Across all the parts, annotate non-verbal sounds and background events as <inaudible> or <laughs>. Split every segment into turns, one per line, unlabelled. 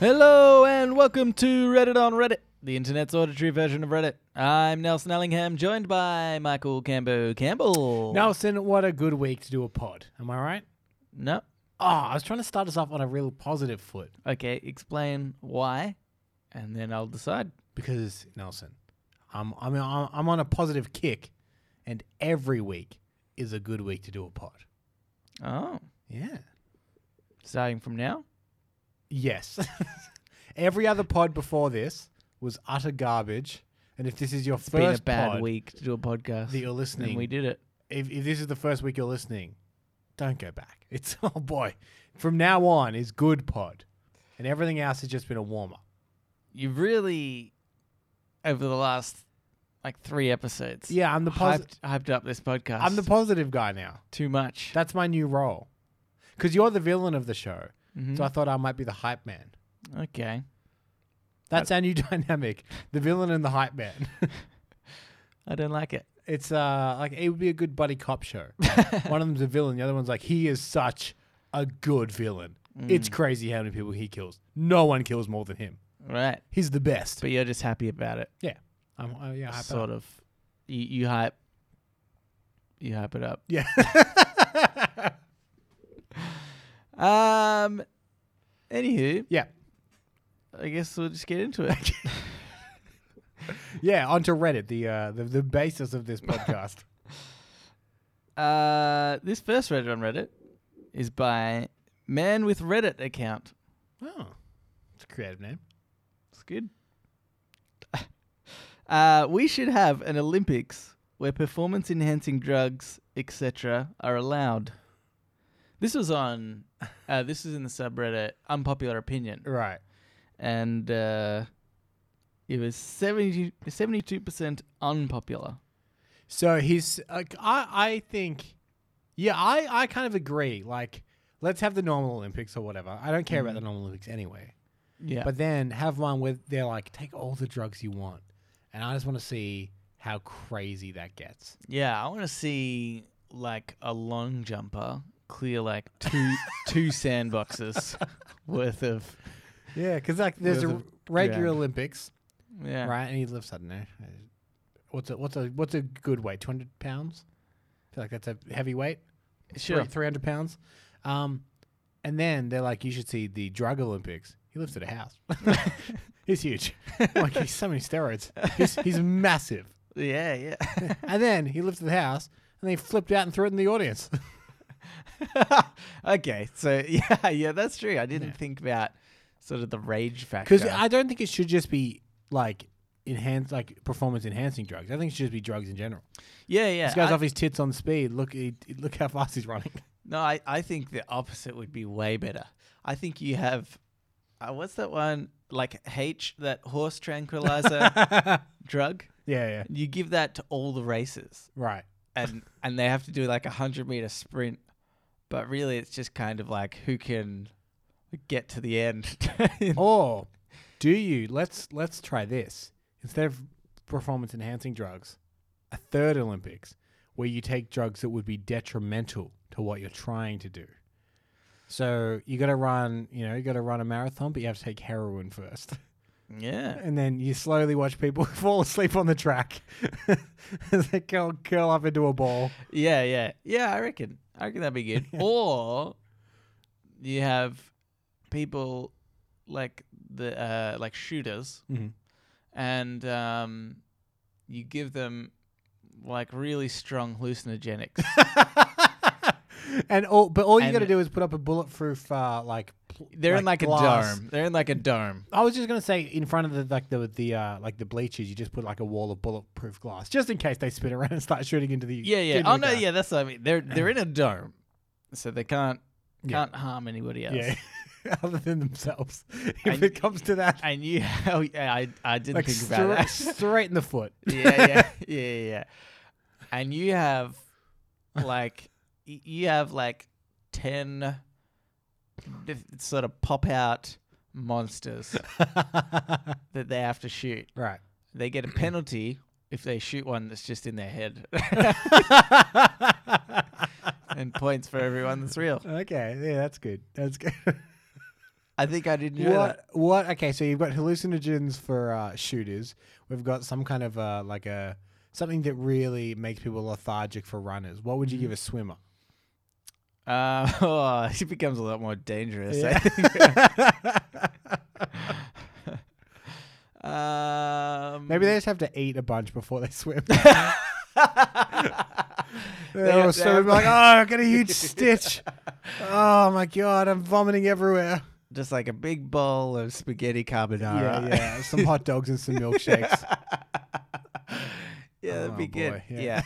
Hello and welcome to Reddit on Reddit, the internet's auditory version of Reddit. I'm Nelson Ellingham, joined by Michael Cambo Campbell.
Nelson, what a good week to do a pod. Am I right?
No.
Oh, I was trying to start us off on a real positive foot
Okay, explain why, and then I'll decide.
because Nelson, I'm I'm I'm I'm on a positive kick, and every week is a good week to do a pod.
Oh,
Yeah.
starting from now?
Yes. <laughs> every other pod before this was utter garbage, and if this is your
It's
first
been a bad
pod
week to do a podcast.
that you're
and
listening,
we did it.
if, if this is the first week you're listening, don't go back. It's <laughs> oh boy, from now on is good pod, and everything else has just been a warm up.
You've really, over the last like three episodes,
Yeah, I'm the posi-
hyped, hyped up this podcast.
I'm the positive guy now.
too much.
That's my new role. Because you're the villain of the show,
Mhm.
so I thought I might be the hype man.
okay.
That's our new <laughs> dynamic: the villain and the hype man.
I don't like it.
It's uh like it would be a good buddy cop show.
<laughs>
One of them's a villain, the other one's like he is such a good villain.
Mm.
It's crazy how many people he kills. No one kills more than him.
Right.
He's the best.
But you're just happy about it.
yeah, I'm uh, yeah hype
sort of. You, you hype. You hype it up.
Yeah.
Um. Anywho,
yeah,
I guess we'll just get into it.
<laughs>
<laughs>
yeah. Onto Reddit, the uh the, the basis
<laughs>
of this podcast.
uh, this first Reddit on Reddit is by Man with Reddit account.
oh, it's a creative name.
It's good. <laughs> uh, we should have an Olympics where performance enhancing drugs, etc., are allowed. This was on. Uh, this is in the subreddit unpopular opinion.
Right.
and uh, it was 72 percent unpopular.
So he's like, I, I think, yeah, I, I kind of agree. Like, let's have the normal Olympics or whatever. I don't care about the normal Olympics anyway.
Yeah,
But then have one where they're like, take all the drugs you want, and I just want to see how crazy that gets.
yeah, I want to see like a long jumper clear like <laughs> two two sandboxes worth of
Yeah, because like there's
With
a
a
regular
grand.
Olympics,
yeah.
right? And he lifts, I don't know, uh, what's a what's a what's a good weight? Two hundred pounds. I feel like that's a heavy weight.
Sure.
three hundred pounds. Um, and then they're like, you should see the drug Olympics. He lives at a house. <laughs> he's huge. like he's so many steroids. He's, he's massive.
Yeah, yeah.
And then he lived at the house, and they flipped out and threw it in the audience. <laughs>
<laughs> okay, so <laughs> yeah, yeah, that's true. I didn't think about sort of the rage factor.
Because I don't think it should just be like enhanced, like performance enhancing drugs. I think it should just be drugs in general.
yeah, yeah.
This guy's
I-
off his tits on speed. Look, he, look how fast
<laughs>
he's running. <laughs>
No, I, I think the opposite would be way better. I think you have, uh, what's that one? Like H, that horse
<laughs>
tranquilizer drug.
Yeah, yeah,
You give that to all the races,
right.
and and they have to do like a hundred meter sprint. But really, it's just kind of like who can get to the end. <laughs>
Or do you? Let's let's try this instead of performance enhancing drugs. A third Olympics where you take drugs that would be detrimental to what you're trying to do. So you got to run, you know, you got to run a marathon, but you have to take
<laughs>
heroin first,
yeah,
and then you slowly watch people <laughs> fall asleep on the track <laughs> as they curl, curl up into a ball.
yeah, yeah, yeah. I reckon. I reckon that'd be good. Or you have people like the uh, like shooters. and um, you give them like really strong hallucinogenics.
<laughs>
<laughs>
and all, but all you
And-
got to do is put up a bulletproof, uh, like pl-
They're in like a
glass.
dome. They're in like a dome.
I was just gonna say in front of the like the the uh, like the bleachers, you just put like a wall of bulletproof glass, just in case they spin around and start shooting into the
Yeah, yeah.
into
Oh
the
no,
ground.
yeah. That's what I mean. They're they're in a dome, so they can't
Yeah.
can't harm anybody else.
yeah. <laughs> Other than
<laughs>
themselves, if
And-
it comes to that,
<laughs> And you, <laughs> oh, yeah, I I didn't
like
think
stra-
about that. <laughs>
straight in the foot. <laughs>
yeah, yeah, yeah, yeah. and you have like y- you have like 10 diff- sort of pop out
<laughs>
monsters that they have to shoot
right. <laughs>
they
<clears throat>
get a penalty if they shoot one that's just in their head <laughs> and points for everyone that's real
okay. Yeah, that's good.
<laughs>
That's good.
i think i did know
what?
that
What? Okay. So you've got hallucinogens for uh, shooters. We've got some kind of uh, like a something that really makes people lethargic for runners. What
Mm-hmm.
would you give a swimmer?
uh, <laughs> oh, it becomes a lot more dangerous I
Yeah.
think. <laughs> um,
Maybe they just have to eat a bunch before they swim.
They
They'll
have to have-
swim like, oh, I got a huge stitch. Oh my god, I'm vomiting everywhere.
just like a big bowl of spaghetti
Yeah,
carbonara
yeah. Some hot dogs and some milkshakes.
<laughs> Yeah, that'd
Oh,
be good.
boy, yeah.
Yeah.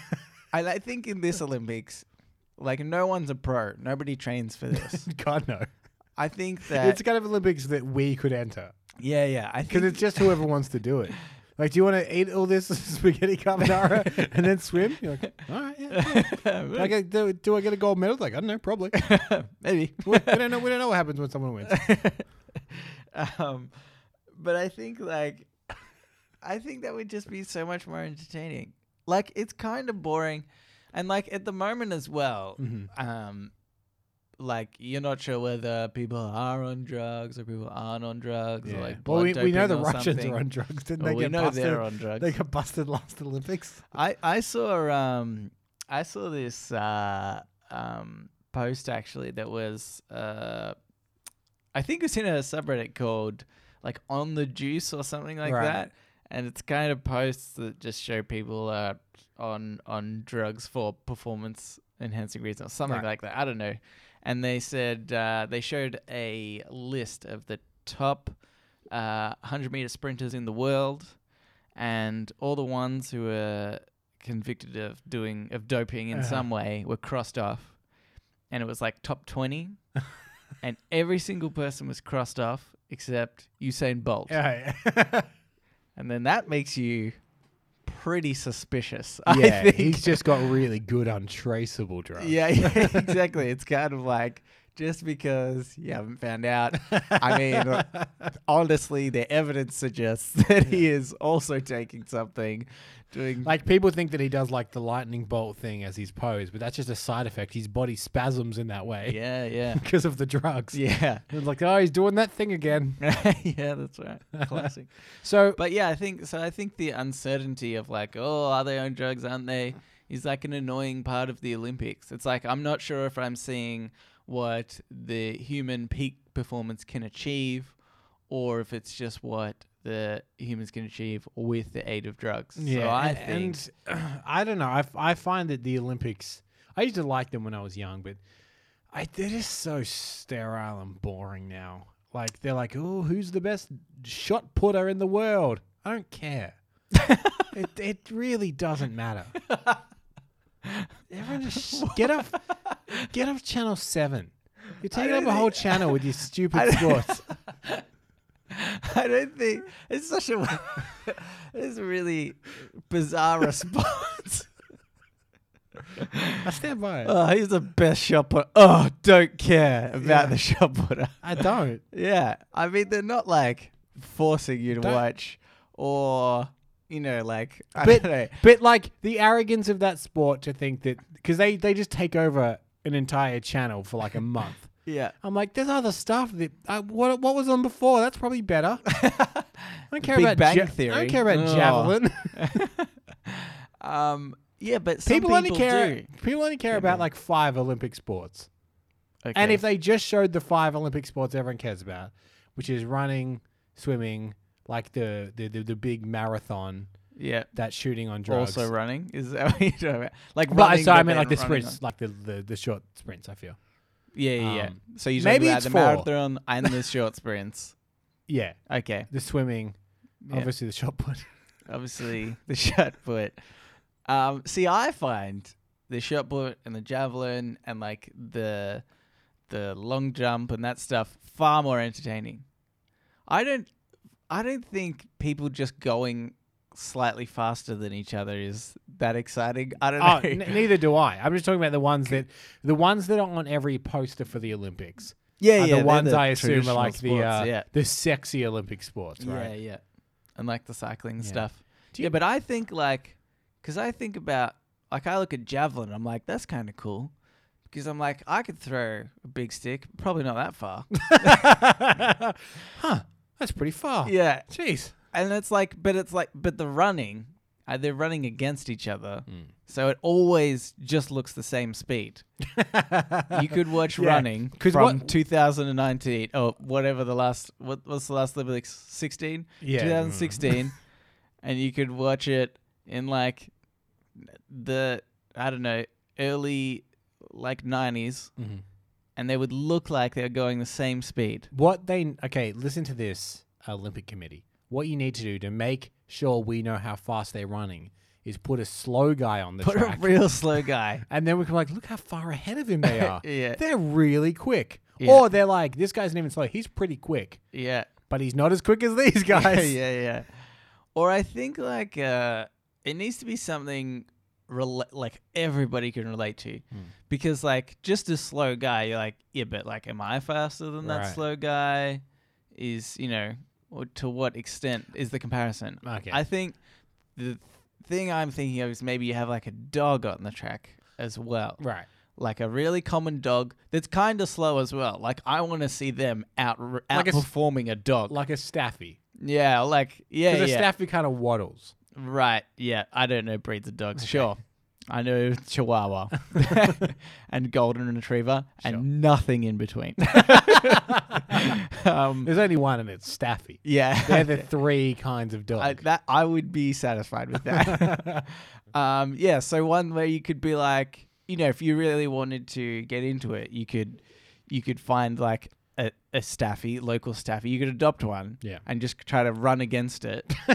I, I think in this Olympics, like no one's a pro. Nobody trains for
<laughs>
this.
God no.
I think that
it's the kind of Olympics that we could enter
yeah, yeah. I think
because it's just whoever wants to do it. Like, do you want to eat all this <laughs> spaghetti carbonara and then swim? You're like, all right, yeah.
<laughs>
<laughs> I get, do, do I get a gold medal? Like, I don't know, probably. <laughs>
maybe.
we, we don't know. We don't know what happens when someone wins.
<laughs> um, but I think like I think that would just be so much more entertaining. Like it's kind of boring, and like at the moment as well,
Mhm.
um, like you're not sure whether people are on drugs or people aren't on drugs. Or, like blood
well, we, we know
doping
the
or
Russians
something.
are on drugs. Didn't
Or
they
we
get
know
busted?
they're on drugs.
They got busted last Olympics.
<laughs> I I saw um I saw this uh um post actually that was uh I think it was in a subreddit called like on the juice or something like
Right.
that and it's kind of posts that just show people uh on on drugs for performance enhancing reasons or something
Right.
like that I don't know and they said uh, they showed a list of the top uh, 100 meter sprinters in the world and all the ones who were convicted of doing of doping in
Uh-huh.
some way were crossed off and it was like top
<laughs>
20 and every single person was crossed off except Usain Bolt
Yeah. <laughs>
and then that makes you pretty suspicious <laughs> I
yeah,
think
he's just got really good untraceable drugs.
yeah, <laughs> yeah exactly it's kind of like just because you haven't found out I mean, uh, honestly, the evidence suggests <laughs> that he is also taking something, doing.
like people think that he does like the lightning bolt thing as his pose, but that's just a side effect. His body spasms in that way
yeah, yeah,
<laughs> because of the drugs.
yeah, <laughs>
It's like, oh, he's doing that thing again.
yeah. That's right. Classic.
So
but yeah, I think so. I think the uncertainty of like, oh, are they on drugs? Aren't they? Is like an annoying part of the Olympics. It's like I'm not sure if I'm seeing what the human peak performance can achieve, or if it's just what the humans can achieve with the aid of drugs. so I
and,
think.
and, <clears throat> I don't know. I, f- I find that the Olympics. I used to like them when I was young, but I they're just so sterile and boring now. Like they're like, oh, who's the best shot putter in the world? I
<laughs>
don't care. it it really doesn't matter. Everyone just get off, get off channel seven. You're taking up
don't
a whole
think-
channel with your stupid
<laughs> I don't-
sports.
I don't think <laughs> it's such a <laughs> it's a really <laughs> bizarre response.
I
<laughs>
stand by it.
oh, he's the best shot putter. Oh, don't care about
Yeah.
the shot putter.
I don't.
Yeah, I mean they're not like forcing you to
Don't-
watch or you know like <laughs> I
but,
don't know.
but like the arrogance of that sport to think that because they they just take over an entire channel for like a month.
Yeah. <laughs>
I'm like, there's other stuff that I, what what was on before. That's probably better. I
<laughs>
don't care
Big
about
Bang
ja- I
Theory. Oh,
don't care about
Ugh.
javelin.
Um yeah, but some
people,
people,
only care.
do.
People only care about like five Olympic sports.
Okay.
And if they just showed the five Olympic sports everyone cares about, which is running, swimming, like the the, the, the big marathon,
yeah,
that shooting on drugs.
also running is that <laughs> what you're talking about? Like
but I-
running,
so I
but then
mean like the
running
sprints, like the, the the short sprints. I feel.
on- Yeah, yeah, yeah.
Um,
so you maybe
maybe
about
it's
the
four.
marathon and the short sprints.
Yeah,
Okay.
the swimming,
Yeah.
obviously the
<laughs>
shot put.
obviously <laughs> the shot put. Um, see, I find the shot put and the javelin and like the the long jump and that stuff far more entertaining. I don't, I don't think people just going slightly faster than each other is that exciting. I don't
<laughs> Oh,
know.
n- neither do I. I'm just talking about the ones that the ones that are on every poster for the Olympics.
<laughs> yeah,
are
yeah.
the
they're
ones I assume are
traditional
like the
sports,
uh,
yeah,
the sexy Olympic sports,
<laughs>
right? <laughs>
yeah, yeah, and like the cycling
Yeah.
stuff.
Do
yeah,
you-
but I think like because I think about like I look at javelin, I'm like that's kind of cool because I'm like I could throw a big stick, probably not that
<laughs>
far. <laughs>
huh? That's pretty far.
yeah,
Jeez.
and it's like, but it's like, but the running, uh, they're running against each other,
<laughs>
so it always just looks the same speed. you could watch
<laughs> Yeah.
running
'Cause
from
what-
2019 or whatever the last what was the last Olympics 16 <laughs>
Yeah.
2016 and you could watch it in like the I don't know early like 90s
Mhm.
and they would look like they're going the same speed
What they okay? Listen to this Olympic committee. What you need to do to make sure we know how fast they're running is put a slow guy on the
put
track,
a real slow
<laughs>
guy
and then we can be like, look how far ahead of
<laughs>
him they are.
yeah
They're really quick.
Yeah.
Or they're like, this guy's not even slow. He's pretty quick,
yeah
but he's not as quick as these
<laughs> yeah,
guys.
yeah, yeah. Or I think like uh, it needs to be something rela- like everybody can relate to,
Hmm.
because like just a slow guy, you're like, yeah, but like, am I faster than
Right.
that slow guy? Is you know, or to what extent is the comparison?
Okay.
I think the thing I'm thinking of is maybe you have like a dog on the track as well,
right.
like a really common dog that's kind of slow as well. Like I want to see them out
Like a s-
outperforming a dog.
Like a staffy.
yeah, like yeah,
Because
yeah.
a staffy kind of waddles.
Right. Yeah. I don't know breeds of dogs. Sure. I know
<laughs>
Chihuahua and Golden Retriever and
Sure.
nothing in
<laughs>
between. um,
There's only one, and it's staffy. They're
<laughs> yeah.
the three kinds of
I,
dog.
that I would be satisfied with
<laughs>
that. um, yeah. So one where you could be like, you know, if you really wanted to get into it, you could, you could find like a, a staffy, local staffy. You could adopt one.
Yeah.
And just try to run against it.
<laughs>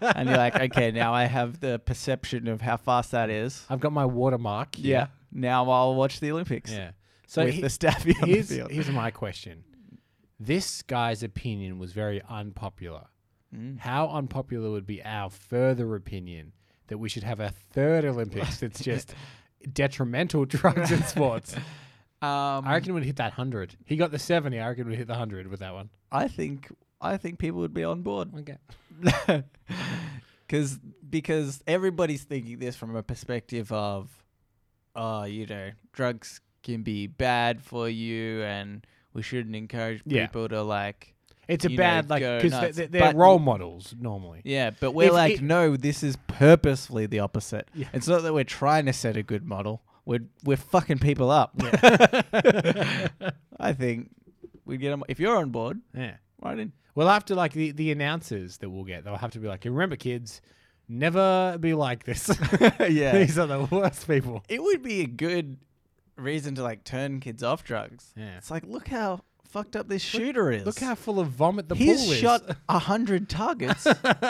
and you're like, okay, now I have the perception of how fast that is.
I've got my watermark.
Yeah.
here.
Now I'll watch the Olympics.
Yeah. So
So with
he-
the staffy <laughs> on the
here's,
field.
here's my question. This guy's opinion was very unpopular.
Mm.
How unpopular would be our further opinion that we should have a third Olympics that's
<laughs>
just detrimental <laughs> drugs and sports?
Um,
I
I,
reckon we'd hit that 100. He got the 70. I reckon we'd hit the 100 with that one.
think I think people would be on board <laughs>
Okay.
because because everybody's thinking this from a perspective of, uh, you know, drugs can be bad for you, and we shouldn't encourage
Yeah.
people to like.
It's a
You know,
bad, like,
go
because
nuts.
they, are
But-
role models normally.
Yeah, but we're
If
like,
it-
no, this is purposefully the opposite.
Yeah.
It's not that we're trying to set a good model. We're we're fucking people up. <laughs> I think we get them. If you're on board,
<laughs> Yeah.
right
<laughs>
in.
We'll have to, like, the, the announcers that we'll get, they'll have to be like, remember, kids, never be like this. <laughs>
yeah.
These are the worst people.
It would be a good reason to like turn kids off drugs.
Yeah.
It's like, look how fucked up this shooter is.
Look how full of vomit the
He's
pool is.
shot a hundred targets.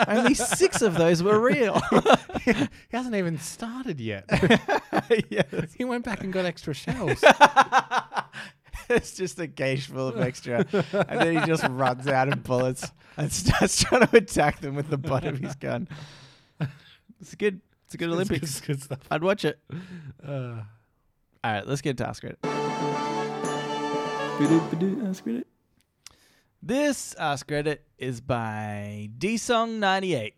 Only six of those were
<laughs>
real.
<laughs> he hasn't even
<laughs>
started yet. <laughs>
yes.
he went back and got
<laughs>
extra shells.
It's just a cage full of extra. And then he <laughs> just runs out of bullets and starts <laughs> trying to attack them with the butt of his gun. It's a good it's a good Olympics.
Good stuff.
I'd watch it.
Uh,
All right, let's get to Ask Reddit. Ask Reddit. This Ask Reddit is by dsong98.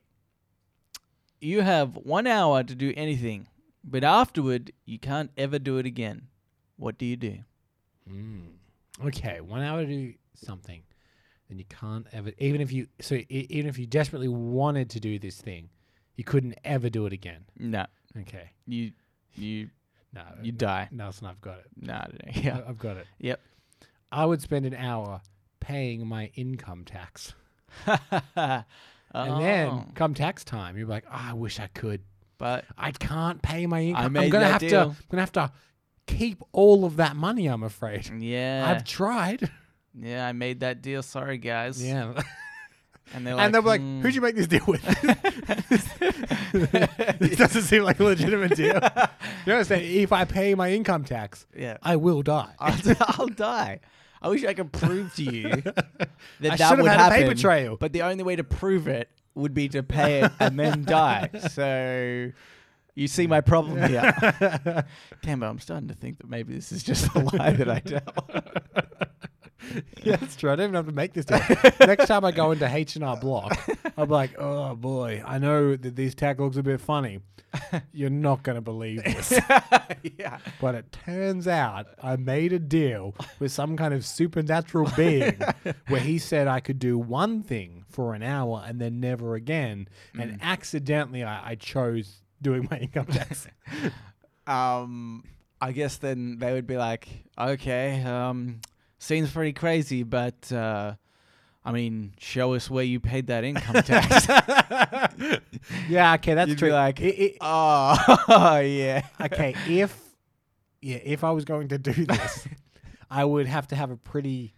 You have one hour to do anything, but afterward, you can't ever do it again. What do you do?
Mm. Okay, one hour to do something, then you can't ever. Even if you so, e- even if you desperately wanted to do this thing, you couldn't ever do it again.
No,
Okay,
you you
no,
you die.
Nelson, I've got it.
No, I don't know. <laughs> yeah,
I- I've got it.
yep.
I would spend an hour paying my income tax, <laughs> and then
Oh,
come tax time, you're like, "Ah, I wish I could.
but
I can't pay my income. I'm
made
gonna
that
have to.
deal.
I'm gonna have to keep all of that money. I'm afraid.
yeah,
I've tried.
yeah, I made that deal. Sorry, guys.
<laughs> Yeah.
and they're like,
and they're like,
"Hmm."
who'd you make this deal
<laughs>
with? <laughs> this doesn't seem like a legitimate deal. You understand? If I pay my income tax,
yeah, <laughs>
I will die.
I'll, I'll die. I wish I could prove to
<laughs>
you that
I
that
should
would
have had a
happen.
paper trail. <laughs>
But the only way to prove it would be to pay it and then die. So You see my problem here. Damn, but I'm starting to think that maybe this is just a lie that I tell.
<laughs> yeah, that's true. I don't even have to make this. Deal. Next time I go into H and R Block, I'll be like, "Oh boy, I know that these tag logs are a
<laughs>
bit funny. You're not going to believe this."
yeah.
But it turns out I made a deal with some kind of supernatural
<laughs>
being where he said I could do one thing for an hour and then never again.
Mm.
And accidentally, I, I chose doing my
<laughs>
income tax. <laughs>
Um, I guess then they would be like, okay, um, seems pretty crazy, but uh, I mean, show us where you paid that
<laughs>
income tax.
yeah, okay, that's
You'd be
true.
like,
I- I-
oh, yeah. <laughs>
okay, if yeah, if I was going to do this, I would have to have a pretty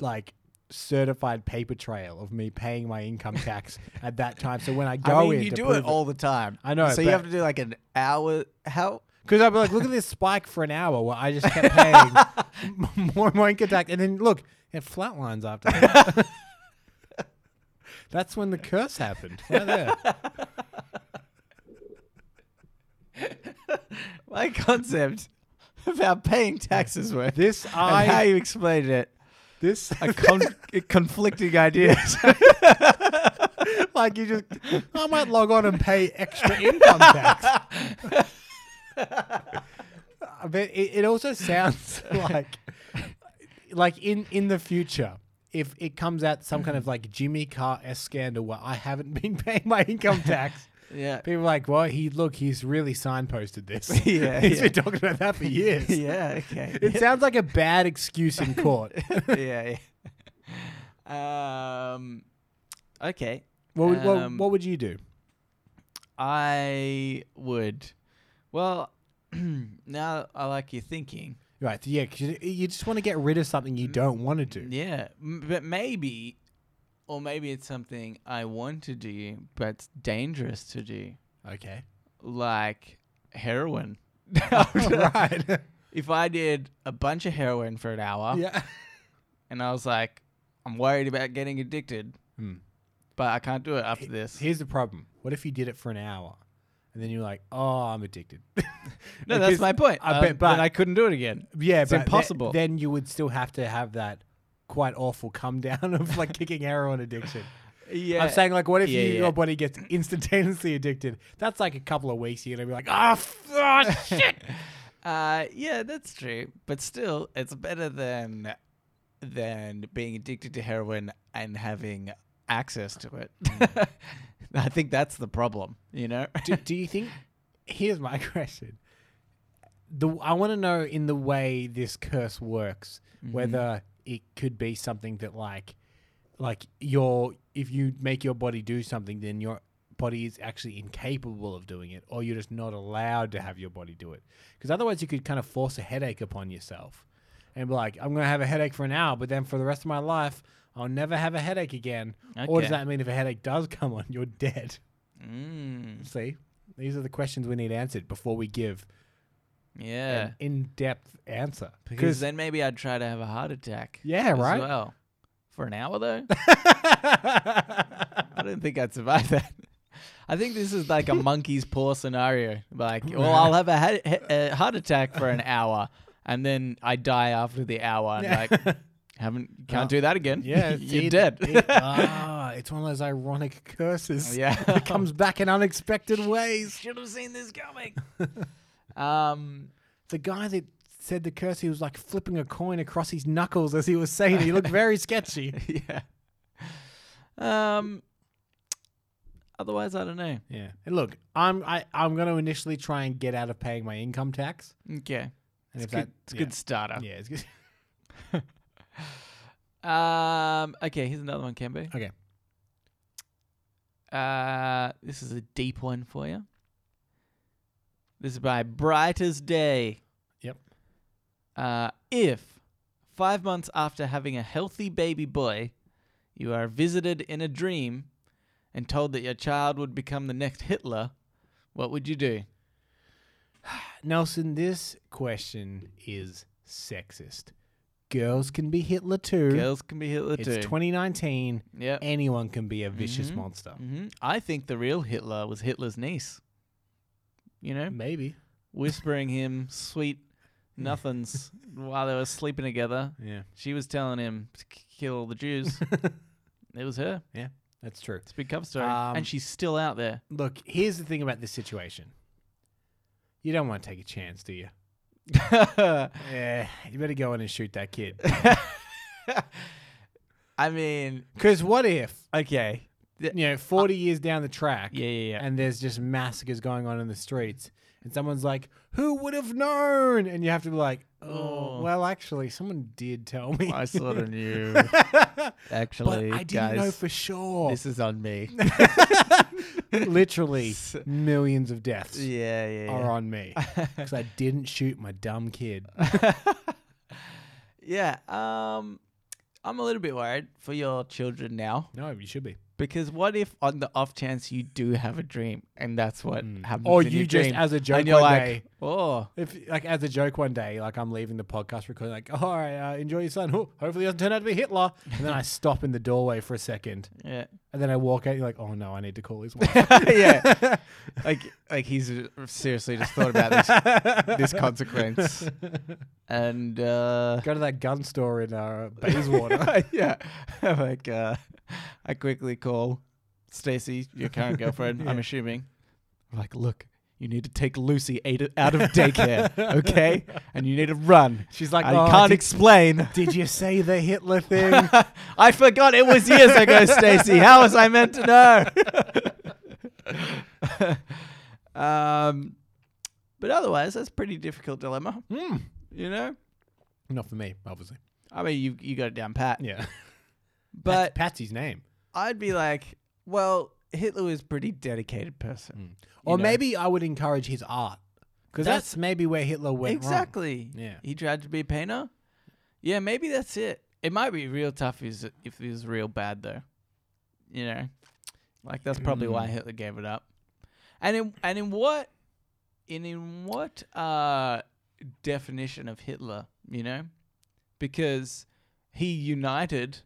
like certified paper trail of me paying my income tax at that time. So when I
<laughs>
go
I mean,
in,
you
to
do
prove
it all the time.
I know,
So you
but-
have to do like an hour. How?
Because I'd be like, look at this spike for an hour where I just
<laughs>
kept paying more and more income tax. And then look, it flatlines after that.
<laughs>
That's when the curse happened. Right there.
My concept <laughs> about paying taxes were
This
and how
I
you explained it.
this <laughs>
A con- conflicting <laughs> ideas.
<laughs> like you just I might log on and pay extra income tax.
<laughs>
I bet it, it also sounds <laughs> like like in in the future if it comes out some kind of like Jimmy Carr s scandal where I haven't been <laughs> paying my income tax.
yeah.
People are like, well, he look, he's really signposted this.
<laughs> Yeah,
<laughs> he's
yeah.
been talking about that for
<laughs>
years.
Yeah. Okay.
It sounds like a bad excuse in court.
<laughs> yeah. yeah. <laughs> Um. Okay.
what, would, what,
Um,
what would you do?
I would. Well, <clears throat> now I like your thinking.
Right, yeah, 'cause you, you just want to get rid of something you don't
Mm,
want to do.
Yeah, m- but maybe, or maybe it's something I want to do but's dangerous to do,
Okay,
<laughs>
<laughs>
like heroin. <laughs>
right,
If I did a bunch of heroin for an hour,
yeah,
and I was like, I'm worried about getting addicted,
Hmm.
but I can't do it after this.
Here's the problem. What if you did it for an hour and then you're like, oh, I'm addicted? <laughs>
No, that's
Because
my point.
I
Um,
bet, but
then I couldn't do it again.
yeah,
it's
but the-
impossible.
then you would still have to have that quite awful come down <laughs> of like kicking heroin addiction.
Yeah,
I'm saying like, what if
Yeah,
you,
yeah.
your body gets instantaneously addicted? That's like a couple of weeks. You're gonna be like, ah, f-
<laughs>
ah, shit.
Uh, yeah, that's true. But still, it's better than than being addicted to heroin and having access to it. <laughs> I think that's the problem. You know?
do, do you think? Here's my <laughs> question. The I want to know in the way this curse works whether it could be something that like like your if you make your body do something then your body is actually incapable of doing it or you're just not allowed to have your body do it because otherwise you could kind of force a headache upon yourself and be like i'm going to have a headache for an hour but then for the rest of my life i'll never have a headache again or does
Okay.
that mean if a headache does come on you're dead
Mm,
See, these are the questions we need answered before we give
yeah.
an in-depth answer.
Because then maybe I'd try to have a heart attack.
yeah,
as
<laughs> right.
Well, for an hour
<laughs>
though, I don't think I'd survive that. I think this is like a monkey's paw scenario. Like, well, I'll have a, ha- he- a heart attack for an hour, and then I die after the hour.
<laughs>
And like, Haven't can't
Oh,
do that again. <laughs>
yeah,
you're
see,
dead.
it- ah, it's one of those ironic
<laughs>
curses.
yeah,
that comes back in unexpected
<laughs>
<laughs> ways.
should have seen this coming. <laughs>
<laughs>
um,
The guy that said the curse, he was like flipping a coin across his knuckles as he was saying it. He looked very sketchy.
<laughs> yeah. Um. Otherwise, I don't know.
Yeah. And look, I'm I, I'm going to initially try and get out of paying my income tax.
Okay,
And
it's,
if
good,
that,
it's a
yeah,
good starter.
Yeah, it's good.
Um. Okay, here's another one, Cambo.
Okay.
Uh, this is a deep one for you. This is by Bright as Day.
Yep.
Uh, if five months after having a healthy baby boy, you are visited in a dream and told that your child would become the next Hitler, what would you do?
Nelson, this question is sexist. Girls can be Hitler too.
Girls can be Hitler
it's
too.
2019.
yep.
Anyone can be a vicious
Mhm.
monster.
hmm I think the real Hitler was Hitler's niece. you know,
Maybe.
whispering him sweet nothings while they were sleeping together.
Yeah. <laughs>
She was telling him to k- kill all the <laughs> Jews. it was her.
That's true.
It's a big cover story,
Um,
and she's still out there.
Look, here's the thing about this situation. You don't want to take a chance,
<laughs>
do you? Yeah, you better go in and shoot that kid.
I mean,
Because what if,
okay,
you know, 40 years down the track,
yeah, yeah, yeah.
and there's just massacres going on in the streets, and someone's like, who would have known? And you have to be like, oh,
Oh.
well, actually, someone did tell me.
<laughs> I sort of <laughs> knew,
<laughs> but
actually,
I didn't
guys.
know for sure.
this is on me.
<laughs> Literally, millions of
<laughs>
deaths
yeah, yeah.
are
yeah.
on <laughs> me. Because I didn't shoot my dumb kid.
yeah. Um, I'm a little bit worried for your children now
No, you should be.
because what if, on the off chance, you do have a dream and that's what happens?
Or
in your
Oh, you just,
dream,
as a joke,
and you're
one
like,
day-
oh,
If like as a joke one day, like I'm leaving the podcast recording, like, oh, all right, uh, enjoy your son. Oh, <laughs> hopefully, he doesn't turn out to be Hitler. And then I stop in the doorway for a second,
yeah,
and then I walk out. You're like, oh no, I need to call
<laughs>
his wife.
yeah. Like, like he's seriously just thought about this this consequence, and uh,
<laughs>
<laughs>
Go to that gun store in uh, Bayswater.
yeah, <laughs> like uh, I quickly call Stacy, your current girlfriend. I'm assuming. Like, look, you need to take Lucy eight- out of daycare, okay? And you need to run.
She's like,
I
oh,
can't
did,
explain.
<laughs> did you say
<laughs>
the Hitler thing?
I forgot it was years ago, Stacy. How was I meant to know? <laughs> um, but otherwise, that's a pretty difficult dilemma.
Hmm.
You know,
Not for me, obviously.
I mean, you you got it down pat.
Yeah,
But
That's Patsy's name,
I'd be like, well, Hitler was a pretty dedicated person.
Hmm. or
know.
maybe I would encourage his art because
That's-
that's, maybe where Hitler went wrong.
exactly.
Yeah.
He tried to be a painter. Yeah, maybe that's it. It might be real tough if he's- if he was real bad though. You know, like that's probably why Hitler gave it up. And in and in what, and in what uh definition of Hitler? You know, because he united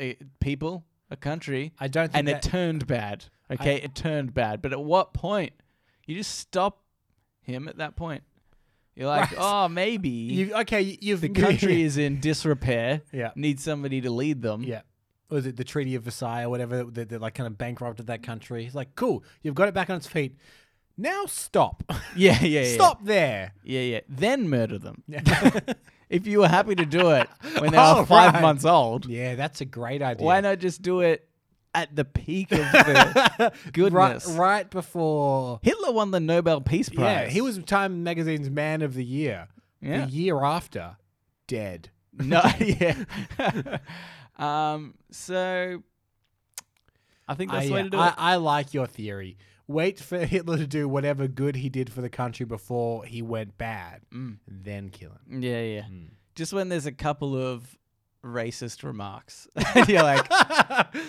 a people, a country,
I don't think
and it
that,
turned bad. Okay, it turned bad. But at what point? You just stop him at that point. You're like,
Right.
oh, maybe
<laughs> you, okay. you- You've <laughs>
the country is Hmm. in disrepair.
yeah.
Needs somebody to lead them.
Yeah. Was it the Treaty of Versailles or whatever that, that like kind of bankrupted that country? It's like, cool, you've got it back on its feet. Now stop.
<laughs>
<laughs>
yeah, yeah. yeah.
stop there.
Yeah, yeah. Then murder them.
Yeah.
<laughs> If you were happy to do
<laughs>
it when they were
Oh,
five
right.
months <laughs> old,
that's a great idea.
why not just do it at the peak of <laughs>
<laughs>
the
Right,
goodness?
right before.
Hitler won the Nobel Peace Prize.
Yeah, he was Time Magazine's Man of the Year.
Yeah.
The year after, dead.
<laughs>
<laughs>
No, yeah. <laughs> um, so I think that's
I, uh,
the way to do
I,
it.
I like your theory. Wait for Hitler to do whatever good he did for the country before he went bad,
Mm.
then
<laughs>
kill him.
Yeah, yeah.
Mm.
Just when there's a couple of racist
<laughs>
remarks, <laughs> and you're like,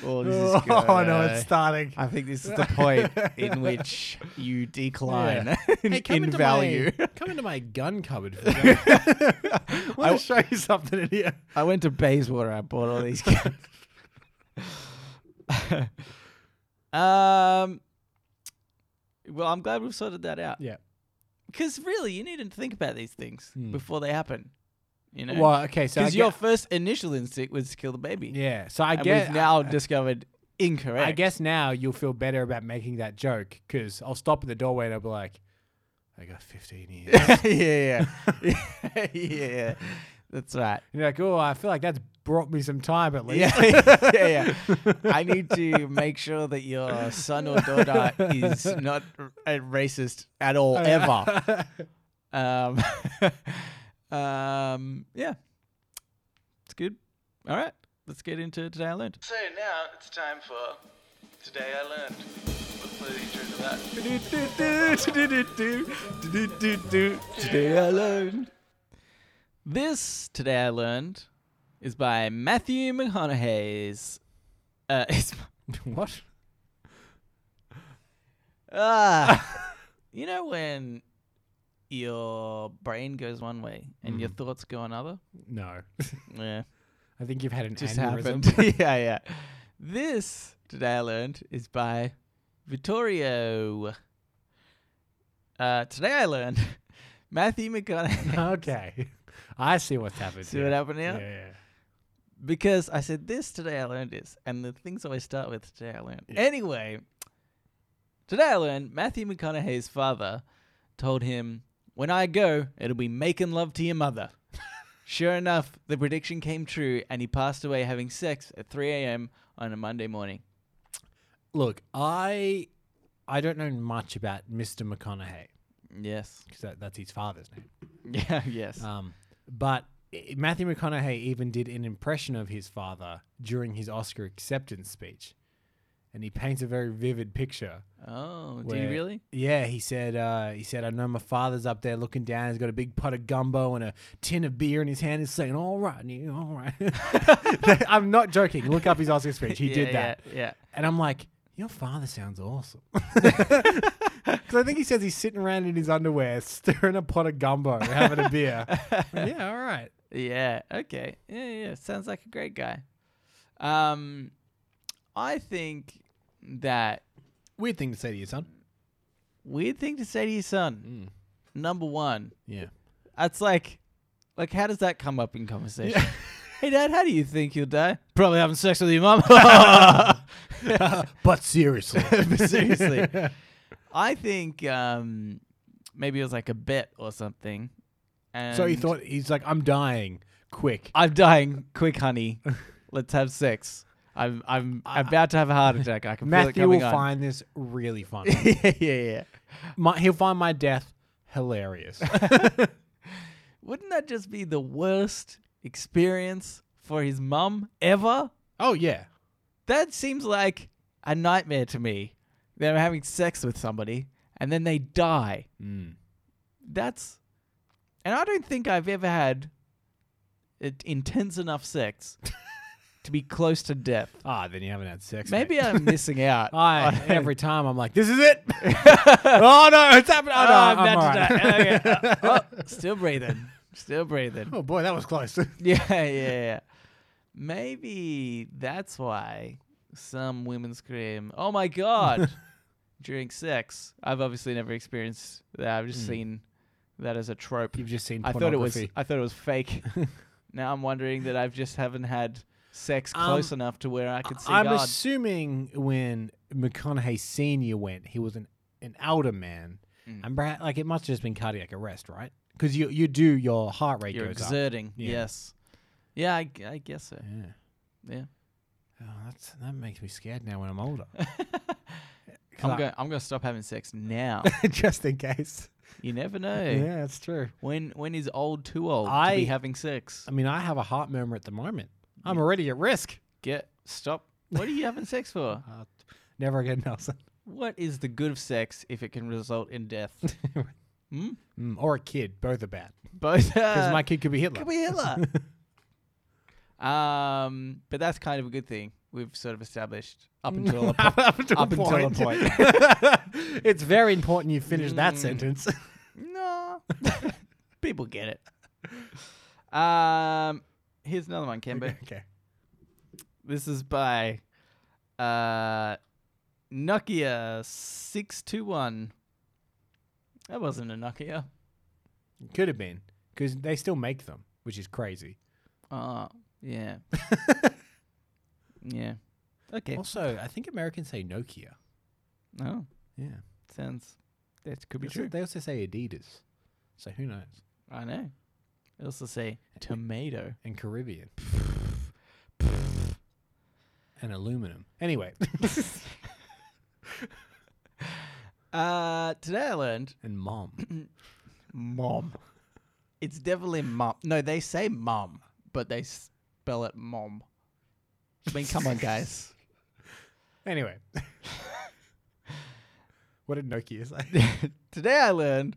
"Oh, this is good."
oh no, it's starting.
I think this is the point
<laughs>
in which you decline <laughs> in,
Hey, come
in
into
value.
<laughs> My, come into my gun
<laughs>
cupboard. For that. <laughs> I want to show you something in here.
I went to Bayswater. I bought all these. Kids. <laughs> um. Well, I'm glad we've sorted that out.
Yeah.
Because really, you need to think about these things
Hmm.
before they happen. You know,
Well, okay, so I
because your
get-
first initial instinct was to kill the baby.
yeah, so I
and
guess
we've now discovered incorrect.
I guess now you'll feel better about making that joke because I'll stop at the doorway and I'll be like, I got 15 <laughs> years. and
yeah, yeah, yeah, <laughs> yeah. That's right. <laughs>
you're like, oh, I feel like that's brought me some time at least.
Yeah, yeah, yeah. I need to make sure that your son or daughter is not a racist at all, ever. Um, um, <laughs> yeah, it's good. All right, let's get into today I learned. So now it's time for today I learned. Let's play the intro to that. Today I learned. This today I learned is by Matthew McConaughey's. Uh, <laughs> it's
<laughs> what?
ah, you know when your brain goes one way and your thoughts go another.
No. <laughs>
Yeah,
I think you've had an
just
aneurysm.
happened. <laughs> yeah, yeah. This today I learned is by Vittorio uh, Uh, today I learned <laughs> Matthew McConaughey.
<laughs> okay. I see what's happened.
See
here.
what happened here?
Yeah, yeah.
Because I said this today, I learned this, and the things always start with today I learned. Anyway, today I learned Matthew McConaughey's father told him, "When I go, it'll be making love to your
<laughs>
mother." sure enough, the prediction came true, and he passed away having sex at 3 a.m. on a Monday morning.
Look, I I don't know much about Mr. McConaughey
Yes.
because that, that's his father's name.
<laughs> Yeah. Yes.
Um, but i- Matthew McConaughey even did an impression of his father during his Oscar acceptance speech, and he paints a very vivid picture.
oh, do you
where-
really?
Yeah, he said. Uh, he said, "I know my father's up there looking down. He's got a big pot of gumbo and a tin of beer in his hand. He's saying, all right, new, all right.' <laughs> I'm not joking. Look up his Oscar speech. He
<laughs>
did
Yeah,
that,
Yeah. yeah.
and I'm like." Your father sounds awesome. <laughs> Because I think he says he's sitting around in his underwear, <laughs> stirring a pot of gumbo, and having
<laughs>
a beer. yeah, all right.
Yeah. Okay. Yeah. Yeah. Sounds like a great guy. Um, I think that
Weird thing to say to your son.
weird thing to say to your son.
Mm.
Number one,
Yeah.
that's like, like how does that come up in conversation? <laughs> Hey, Dad, how do you think you'll die? Probably having sex with your mum.
<laughs>
<laughs>
<laughs> but seriously.
<laughs> Seriously, I think um, maybe it was like a bet or something. And
so he thought, he's like, I'm dying. Quick.
I'm dying. Quick, honey. Let's have sex. I'm I'm about to have a heart attack. I can feel
Uh, Matthew
it coming
will
on.
find this really
<laughs>
funny. <laughs>
yeah, yeah, yeah.
my, he'll find my death <laughs> hilarious.
Wouldn't that just be the worst experience for his mum ever?
oh, yeah.
That seems like a nightmare to me. They're having sex with somebody and then they die.
Hmm.
That's. And I don't think I've ever had it, intense enough
<laughs>
sex to be close to death.
Ah, then you haven't had sex.
Maybe
mate.
I'm missing out.
<laughs>
<laughs>
I,
on-
every time I'm like, this is it. <laughs> oh, no, it's happening. Oh,
Oh,
no,
I'm
I'm,
about
all
to
right.
die.
<laughs>
<laughs> Okay.
Uh,
Oh, still breathing. Still breathing.
oh, boy, that was close.
<laughs> Yeah, yeah, yeah. Maybe that's why some women scream, "Oh my
<laughs>
god!" during sex. I've obviously never experienced that. I've just seen that as a trope.
Hmm. You've just seen
I thought it was
pornography.
I thought it was
<laughs>
fake. now I'm wondering that I've just haven't had sex close enough to where I could see
Um, I'm
God.
assuming when McConaughey Senior went, he was an an elder man,
Mm.
and perhaps, like it must have just been cardiac arrest, right? Because you you do your heart rate
You're
goes up.
exerting.
Yeah.
Yes. Yeah, I, g- I guess so.
Yeah.
Yeah.
Oh, that's that makes me scared now when I'm older. 'Cause
<laughs> I'm
I-
going. I'm going to stop having sex now.
<laughs> just in case.
you never know.
Yeah, that's true.
When when is old too old to
I-
be having sex?
I mean, I have a heart murmur at the moment. I'm already at risk.
Get stop. What are you having sex for?
Uh, never again, Nelson.
What is the good of sex if it can result in death?
<laughs>
Hmm?
Mm, or a kid, both are bad.
Both
Because
uh, <laughs>
my kid could be Hitler.
could be Hitler.
<laughs>
um, but that's kind of a good thing. We've sort of established
<laughs>
up until a po-
up
<laughs>
until
up
a
until a
point.
point. <laughs>
it's very important you finish that
Mm.
sentence.
no, <laughs> people get it. Um, here's another one, Kemba.
<laughs> okay.
This is by uh, Nokia six two one. That wasn't a Nokia.
Could have been because they still make them, which is crazy.
Oh, yeah. <laughs> yeah. Okay.
Also, I think Americans say Nokia.
Oh,
Yeah,
sounds. That could be
Also-
true.
They also say Adidas. So who knows?
I know. I also say tomato. <laughs>
And Caribbean and aluminum. Anyway, <laughs>
Uh, today I learned
and mom.
<laughs> mom. It's definitely mum. No, they say mum, but they spell it mom. I mean, come on, <laughs> guys. <laughs>
Anyway, what did Nokia say?
<laughs> Today I learned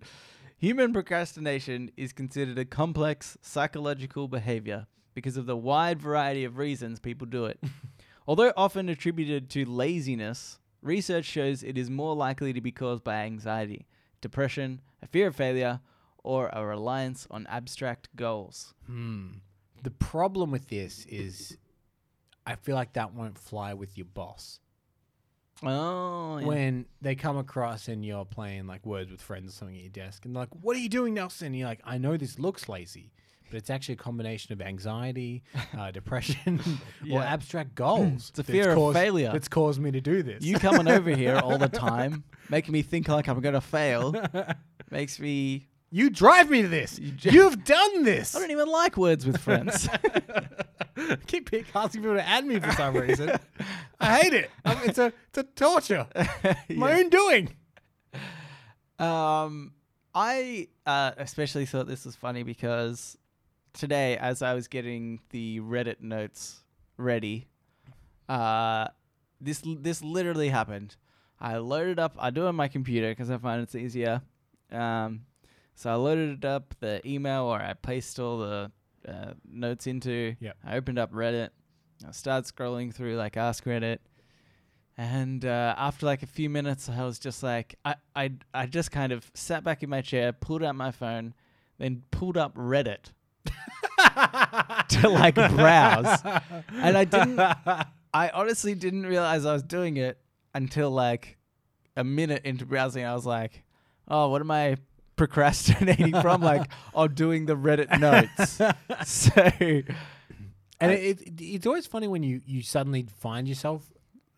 human procrastination is considered a complex psychological behavior because of the wide variety of reasons people do it. Although often attributed to laziness, research shows it is more likely to be caused by anxiety, depression, a fear of failure, or a reliance on abstract goals.
Hmm. The problem with this is, I feel like that won't fly with your boss.
Oh, yeah.
when they come across and you're playing like words with friends or something at your desk and they're like, what are you doing, Nelson? And you're like, I know this looks lazy, but it's actually a combination of
<laughs>
anxiety, uh, depression, or
Yeah.
abstract goals.
It's a
that's
fear of
caused-
failure.
That's caused me to do this.
you coming over here all the time, making me think like I'm gonna fail, makes me.
You drive me to this.
You ju-
<laughs> You've done this.
I don't even like words with friends.
<laughs> keep pe- asking people to add me for
<laughs>
some reason. I hate it. Um, it's a it's a torture. My own doing.
Um, I uh, especially thought this was funny because today, as I was getting the Reddit notes ready, uh, this this literally happened. I loaded up. I do it on my computer because I find it's easier. Um, so I loaded up the email where I paste all the uh, notes into.
Yep.
I opened up Reddit. I started scrolling through like Ask Reddit, and uh, after like a few minutes, I was just like, I, I, I just kind of sat back in my chair, pulled out my phone, then pulled up Reddit <laughs> to like browse. And I didn't, I honestly didn't realize I was doing it until like a minute into browsing. I was like, oh, what am I procrastinating from? Like, oh, doing the Reddit notes. so,
And it, it, it's always funny when you, you suddenly find yourself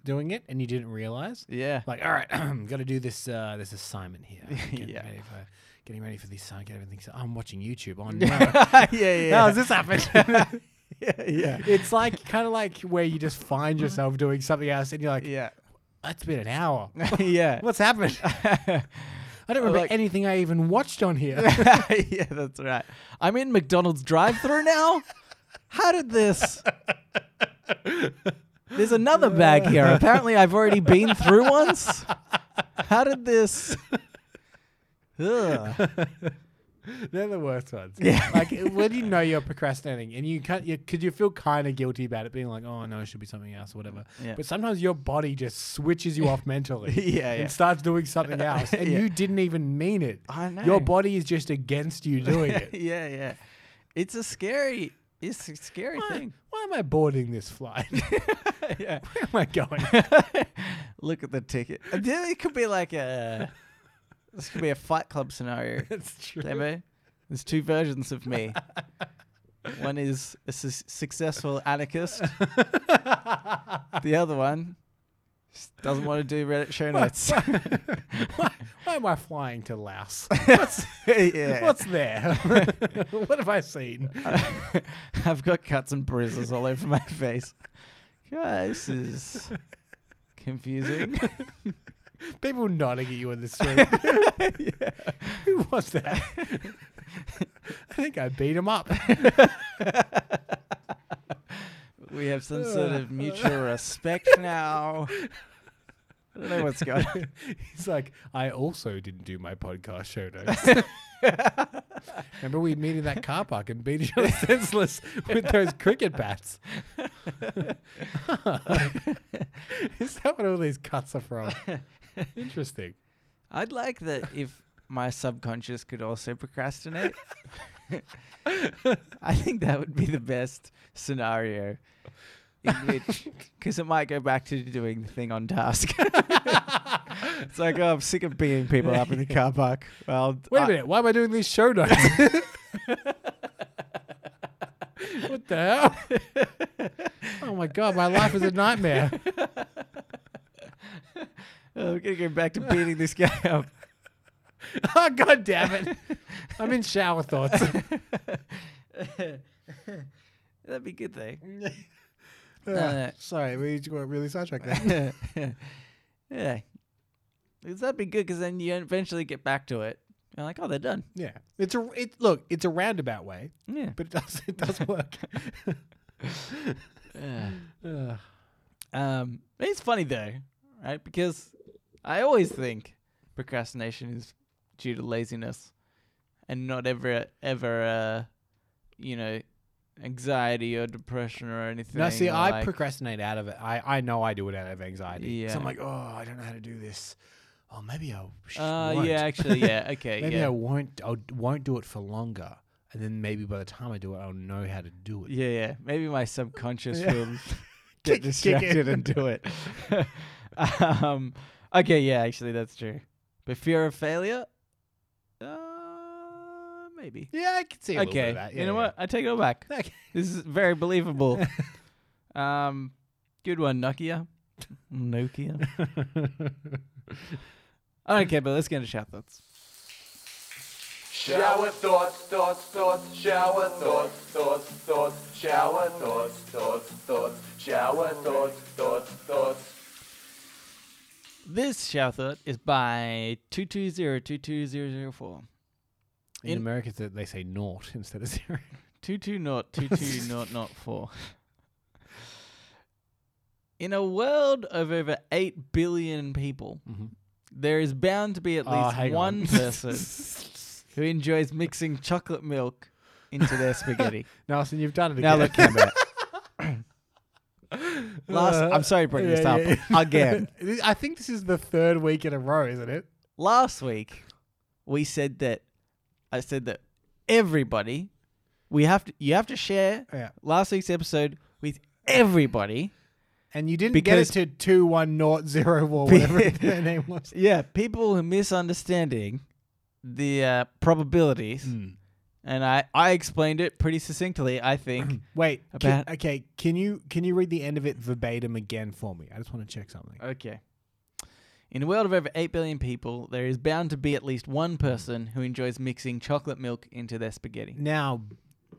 doing it and you didn't realize.
yeah. <laughs>
Like, all right, <clears throat> got to do this uh, this assignment here. Getting
Yeah.
Ready for, getting ready for the assignment. Get everything. So I'm watching YouTube. Oh
<laughs>
no.
yeah, yeah.
How has this <laughs> happened?
yeah, <laughs>
<laughs>
yeah.
it's like kind of like where you just find yourself doing something else and you're like,
Yeah. <laughs>
that's been an hour.
yeah.
What's happened?
<laughs>
I don't remember
Like-
anything I even watched on
<laughs>
here.
yeah, that's right. I'm in McDonald's drive-through now. How did this? There's another bag here. Apparently, I've already been through once. How did this? Ugh.
They're the worst ones.
Yeah.
<laughs> Like when you know you're procrastinating and you can't, you, cause you feel kind of guilty about it being like, oh no, it should be something else or whatever.
Yeah.
But sometimes your body just switches you off mentally
<laughs> Yeah, yeah.
and starts
<laughs>
doing something else and
Yeah.
you didn't even mean it.
I know.
Your body is just
<laughs>
against you doing
yeah,
it.
yeah. It's a scary. It's a scary
Why,
thing. <laughs>
why am I boarding this flight?
yeah.
<laughs> Where am I going?
Look at the ticket. And then It could be like a. This could be a Fight Club scenario.
That's true. <laughs>
Demo. There's two versions of me. one is a su- successful anarchist. the other one just doesn't want to do Reddit show notes.
why, why am I flying to Laos?
<laughs> yeah.
What's there? <laughs> what have I seen?
<laughs> I've got cuts and bruises all over my face. God, this is confusing.
People nodding at you in the street. <laughs> Who was that? <laughs> I think I beat him up.
We have some sort of mutual respect now. I don't know what's going on.
<laughs> He's like, I also didn't do my podcast show
<laughs>
notes. Remember we met in that car park and beat each other <laughs> senseless with those cricket bats. <laughs>
<laughs>
Is that what all these cuts are from? Interesting. <laughs>
I'd like that if my subconscious could also procrastinate. <laughs> I think that would be the best scenario in
<laughs>
which, because it might go back to doing the thing on task. <laughs> it's like, oh, I'm sick of beating people up in the
<laughs>
car park. Well,
Wait a
I-
minute, why am I doing these show notes? <laughs> what the hell? oh my god, my life is a nightmare.
oh, I'm going to go back to beating this guy up.
<laughs> oh god damn it. <laughs> I'm in
<laughs>
shower <laughs> thoughts.
That'd be good,
<laughs>
though.
Uh, <laughs> sorry, we got really sidetracked there.
<laughs> yeah. 'Cause that'd be good because then you eventually get back to it. You're like, oh, they're done.
Yeah. It's a it look, it's a roundabout way,
Yeah.
but it does
<laughs>
it does work.
Yeah.
Uh,
Um, it's funny though, right? Because I always think procrastination is due to laziness, and not ever, ever, uh, you know, anxiety or depression or anything.
no, see,
or
I
like-
procrastinate out of it. I, I know I do it out of anxiety.
Yeah.
So I'm like, oh, I don't know how to do this. Oh, maybe I'll. sh-
Uh,
won't."
yeah,
<laughs>
actually, yeah, okay,
Maybe
yeah,
I won't. I won't do it for longer, and then maybe by the time I do it, I'll know how to do it.
yeah,
<laughs>
yeah. Maybe my subconscious
Yeah.
will
Kick- kick
get
in.
distracted and do it. <laughs> Um, okay, yeah, actually, that's true. But fear of failure? Uh, maybe.
Yeah, I can see a little bit
Okay,
of that.
you know what? I take it all back.
what? Okay.
This is very
<laughs>
believable. um, good one, Nokia. Nokia.
<laughs>
Okay, but let's get into shower thoughts.
Shower thoughts, thoughts, thoughts, shower thoughts, thoughts, thoughts, shower thoughts, thoughts, thoughts, shower thoughts, thoughts, thoughts.
This shower thought is by two two zero two two zero zero four.
In,
In-
America, they- they say
<laughs>
naught instead of zero.
Two two naught two two naught naught four. In a world of over eight billion people, there is bound to be at
Oh,
least
Mm-hmm. hang
one
<laughs> on.
person who enjoys mixing chocolate milk into
<laughs>
their spaghetti.
Nelson, you've done it
Now
again.
look, Campbell. <laughs> Last,
<laughs>
I'm sorry to bring this up <laughs> again.
I think <laughs> this is the third week in a row, isn't it?
Last week, we said that I said that everybody we have to you have to share
Yeah.
last week's episode with everybody.
And you didn't
Because-
get it to two one naught zero
<laughs>
or whatever their name was.
Yeah, people are misunderstanding the uh, probabilities, and I I explained it pretty succinctly. I think.
Wait. Can,
About-
okay. Can you can you read the end of it verbatim again for me? I just want to check something.
okay. In a world of over 8 billion people, there is bound to be at least one person who enjoys mixing chocolate milk into their spaghetti.
Now,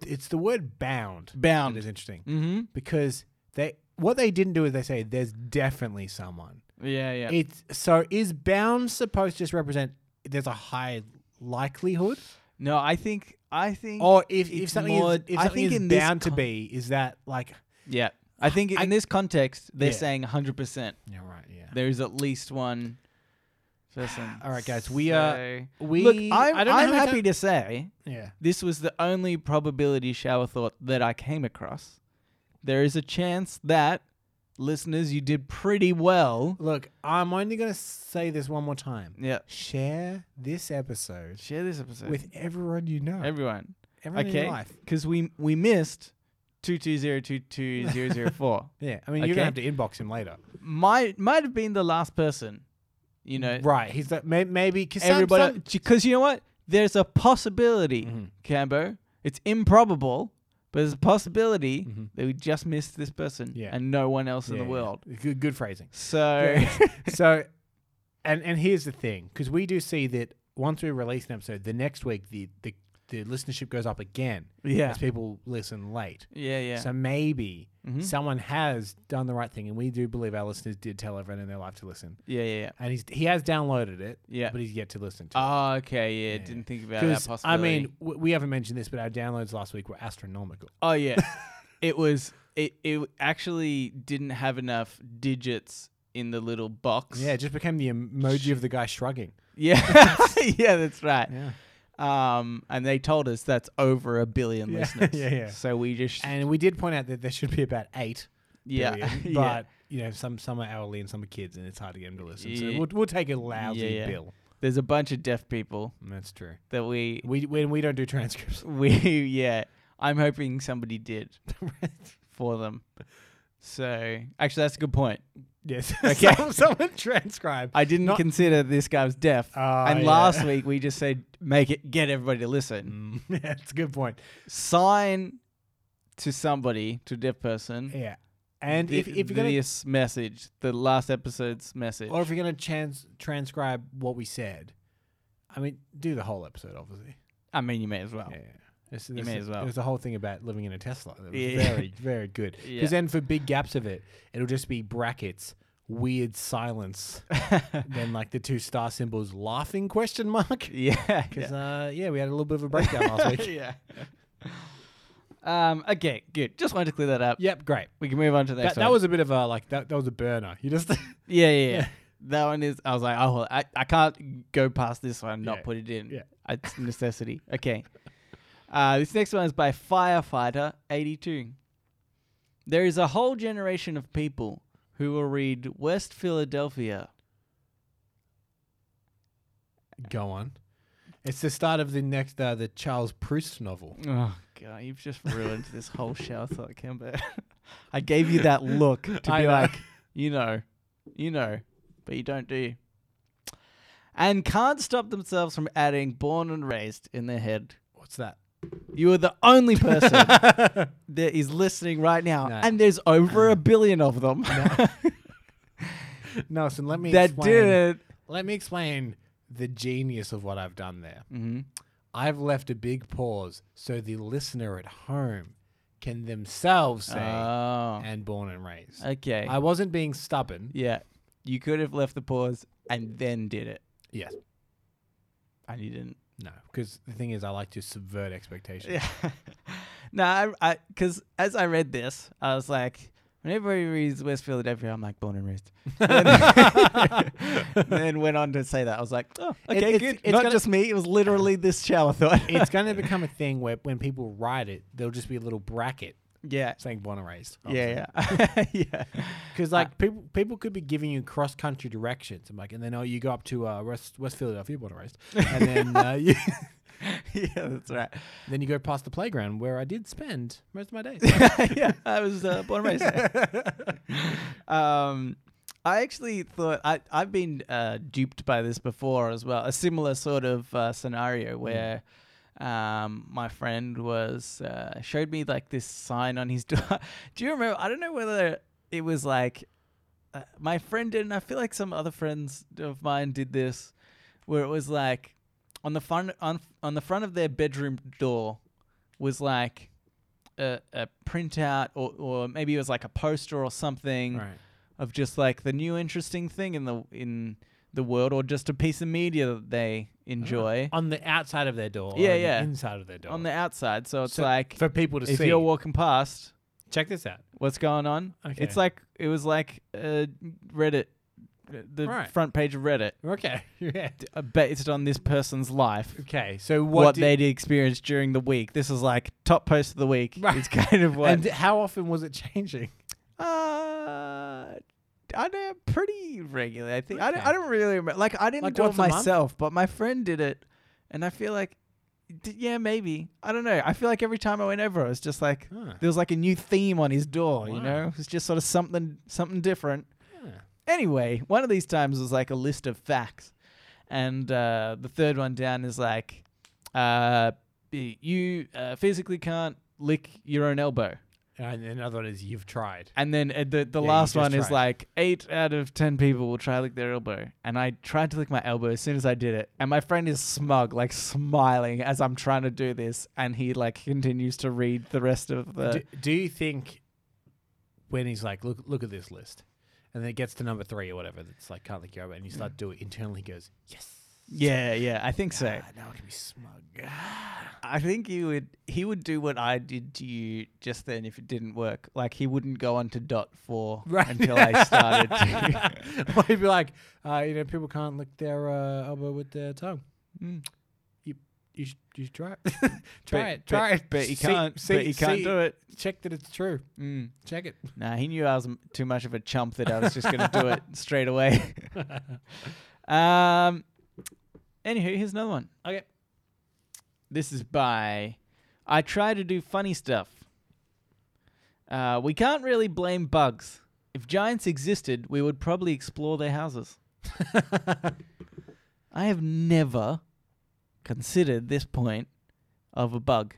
it's the word bound.
Bound.
that is interesting
Mm-hmm.
because they what they didn't do is they say there's definitely someone.
Yeah, yeah.
It's so is bound supposed to just represent there's a high likelihood,
no, I think I think
or if, if
it's
something
more-
is if
I
something
think
is
in this
bound to
con-
be is that like
yeah. I think in
I-
this context they're
Yeah.
saying 100%
yeah right yeah
there is at least one person.
<sighs> All right, guys, we are-
So-
we
Look, I'm,
I don't know
I'm
how many
happy to say
ti- yeah
this was the only probability shower thought that I came across. There is a chance that listeners, you did pretty well.
look I'm only gonna say this one more time
Yeah,
share this episode
share this episode
with everyone you know
everyone.
everyone in your
okay,
life
because we we missed two two zero two two zero zero
<laughs>
four.
yeah I mean you're gonna have
Okay.
to inbox him later
Might might have been the last person. You know,
right he's like may- maybe because
everybody because you know what there's a possibility
Mm-hmm.
cambo it's improbable but there's a possibility that we just missed this person
Mm-hmm. Yeah.
and no one else in
Yeah,
the
yeah.
world
good good phrasing
so
so, and and here's the thing, because we do see that once we release an episode, the next week the the, the listenership goes up again
yeah <laughs>
as people listen late.
yeah yeah Mm-hmm.
So maybe someone has done the right thing, and we do believe our listeners did tell everyone in their life to listen,
yeah yeah yeah
and he's he has downloaded it,
Yeah.
but he's yet to listen to. it.
oh okay yeah, didn't think about that
'Cause,
possibility
I mean, w- we haven't mentioned this, but our downloads last week were
<sighs>
astronomical.
oh yeah <laughs> it was it it actually didn't have enough digits in the little box
Yeah, it just became the emoji of the guy shrugging.
<laughs> yeah <laughs> yeah that's right
Yeah.
um and they told us that's over a billion
Yeah, <laughs>
listeners
yeah, yeah.
so we just
And we did point out that there should be about eight
yeah
billion,
<laughs> yeah.
but you know, some some are hourly and some are kids, and it's hard to get them to listen. So
Yeah.
we'll, we'll take a lousy
Yeah, yeah. Mm,
bill.
There's a bunch of deaf people
That's true.
that we <laughs>
We when we don't do transcripts. <laughs>
we yeah. I'm hoping somebody did for them. So actually, that's a good point.
yes. <laughs>
Okay.
Some- someone transcribe.
I didn't
Not-
consider this guy was deaf,
Ah,
and
yeah.
last week we just said make it get everybody to listen,
Mm, yeah, <laughs> that's a good point.
sign to somebody to a deaf person.
Yeah. And
thi-
if, if you're gonna
this message, the last episode's message,
or if you're gonna trans transcribe what we said, I mean, do the whole episode, obviously.
I mean, you may as well.
Yeah. This,
You
this-
may as well.
There's a whole thing about living in a Tesla. That was
Yeah.
Very,
<laughs>
very good. Because
Yeah.
then for big gaps of it, it'll just be brackets,
<laughs>
weird silence, then like the two star symbols, laughing question mark.
<laughs> Yeah,
Because yeah. Uh, yeah, we had a little bit of a breakdown last
<laughs>
week. <laughs>
yeah. Um. Okay. Good. Just wanted to clear that up.
Yep, great.
We can move on to the
That,
next
that
one.
was a bit of a like that. That was a burner. You just <laughs>
yeah, yeah, yeah. <laughs> That one is. I was like, oh, well, I, I can't go past this one and not
Yeah,
put it in.
yeah.
it's a necessity. Okay. Uh, this next one is by firefighter eighty two. There is a whole generation of people who will read West Philadelphia.
go on. It's the start of the next uh, the Charles Proust novel.
Oh God, you've just ruined this <laughs> whole show thought, Kimber. I gave you that look to be
<laughs> I know.
like, you know, You know, but you don't, do you? And can't stop themselves from adding born and raised in their head.
What's that? <laughs>
You are the only <laughs> person that is listening right now,
No.
and there's over a billion of <laughs> them
Nelson, let me
that
explain.
did it.
Let me explain the genius of what I've done there.
Mm-hmm.
I've left a big pause so the listener at home can themselves say
Oh,
and born and raised.
okay.
I wasn't being stubborn.
yeah, you could have left the pause and then did it,
Yes.
and you didn't.
No, because the thing is, I like to subvert expectations. <laughs>
Yeah. <laughs> no, I because as I read this, I was like, when everybody reads West Philadelphia, I'm like born and <laughs> raised. And then <laughs> went on to say that I was like, oh,
It-
okay,
it's-
good.
it's
Not
gonna-
just me. It was literally this shower thought.
it's going to become a thing where when people write it, there'll just be a little bracket
<laughs> yeah,
saying born and raised.
yeah, yeah, <laughs> yeah.
Because like people, people could be giving you cross country directions. I'm like, and then oh, you go up to uh, West West Philadelphia, born and raised, and
<laughs>
then uh, you,
yeah, that's right.
then you go past the playground where I did spend most of
<laughs>
my days.
<laughs> yeah, I was uh, born and raised. <laughs> um, I actually thought I I've been uh, duped by this before as well. A similar sort of uh, scenario where. Um, my friend was uh, showed me like this sign on his <laughs> door. Do you remember? I don't know whether it was like uh, my friend did, and I feel like some other friends of mine did this, where it was like on the front on on the front of their bedroom door was like a, a printout or, or maybe it was like a poster or something
right.
of just like the new interesting thing in the in the world or just a piece of media that they enjoy
On the outside of their door.
Yeah,
or on
yeah.
The inside of their door.
on the outside so it's
Ah. So
like
for people to
if
see.
you're walking past
Check this out.
what's going on
Okay.
it's like it was like uh, reddit the
Right.
front page of reddit
Okay. <laughs> yeah.
d- uh, based on this person's life
Okay. So
what,
what? did,
they'd experienced during the week this is like top post of the week
Right.
it's kind <laughs> of what
and how often was it changing?
Uh, I know pretty regularly. I think I don't.
Okay.
I don't really remember. Like I didn't
Like
do it
once a month?
myself, but my friend did it, and I feel like, d- yeah, maybe. I don't know. I feel like every time I went over, it was just like
Huh.
there was like a new theme on his door. You
Wow.
know, it was just sort of something something different. Anyway, one of these times was like a list of facts, and uh, the third one down is like, uh, y- you uh, physically can't lick your own elbow.
And another one is you've tried.
And then uh, the the
Yeah, you
last
just
one is
tried.
like eight out of ten people will try to lick their elbow, and I tried to lick my elbow as soon as I did it, and my friend is smug, like smiling as I'm trying to do this, and he like continues to read the rest of the.
do, do you think when he's like, look, look at this list, and then it gets to number three or whatever, that's like can't let go, and you
Mm.
start doing it internally, he goes, yes.
yeah, yeah, I think so.
Ah, now I can
<laughs>
be smug.
I think he would he would do what I did to you just then if it didn't work. Like he wouldn't go on to dot
<laughs>
four until I started. to- <laughs>
well, he'd be like, uh, you know, people can't lick their uh, elbow with their tongue.
<laughs> Mm.
You, you, should, you should try it. Hmm, <laughs> try
but-
it. Try
but-
it.
but he
<laughs> See-
can't.
see-
but he can't
see- Hmm.
do it.
Check that it's true.
Mm.
Check it.
Nah, he knew I was m- too much of a chump that I was just going to do
<laughs>
it straight away. <laughs> um, anywho, here's another one.
Okay.
This is by I try to do funny stuff. Uh, we can't really blame bugs. If giants existed, we would probably explore their houses. I have never considered this point of a bug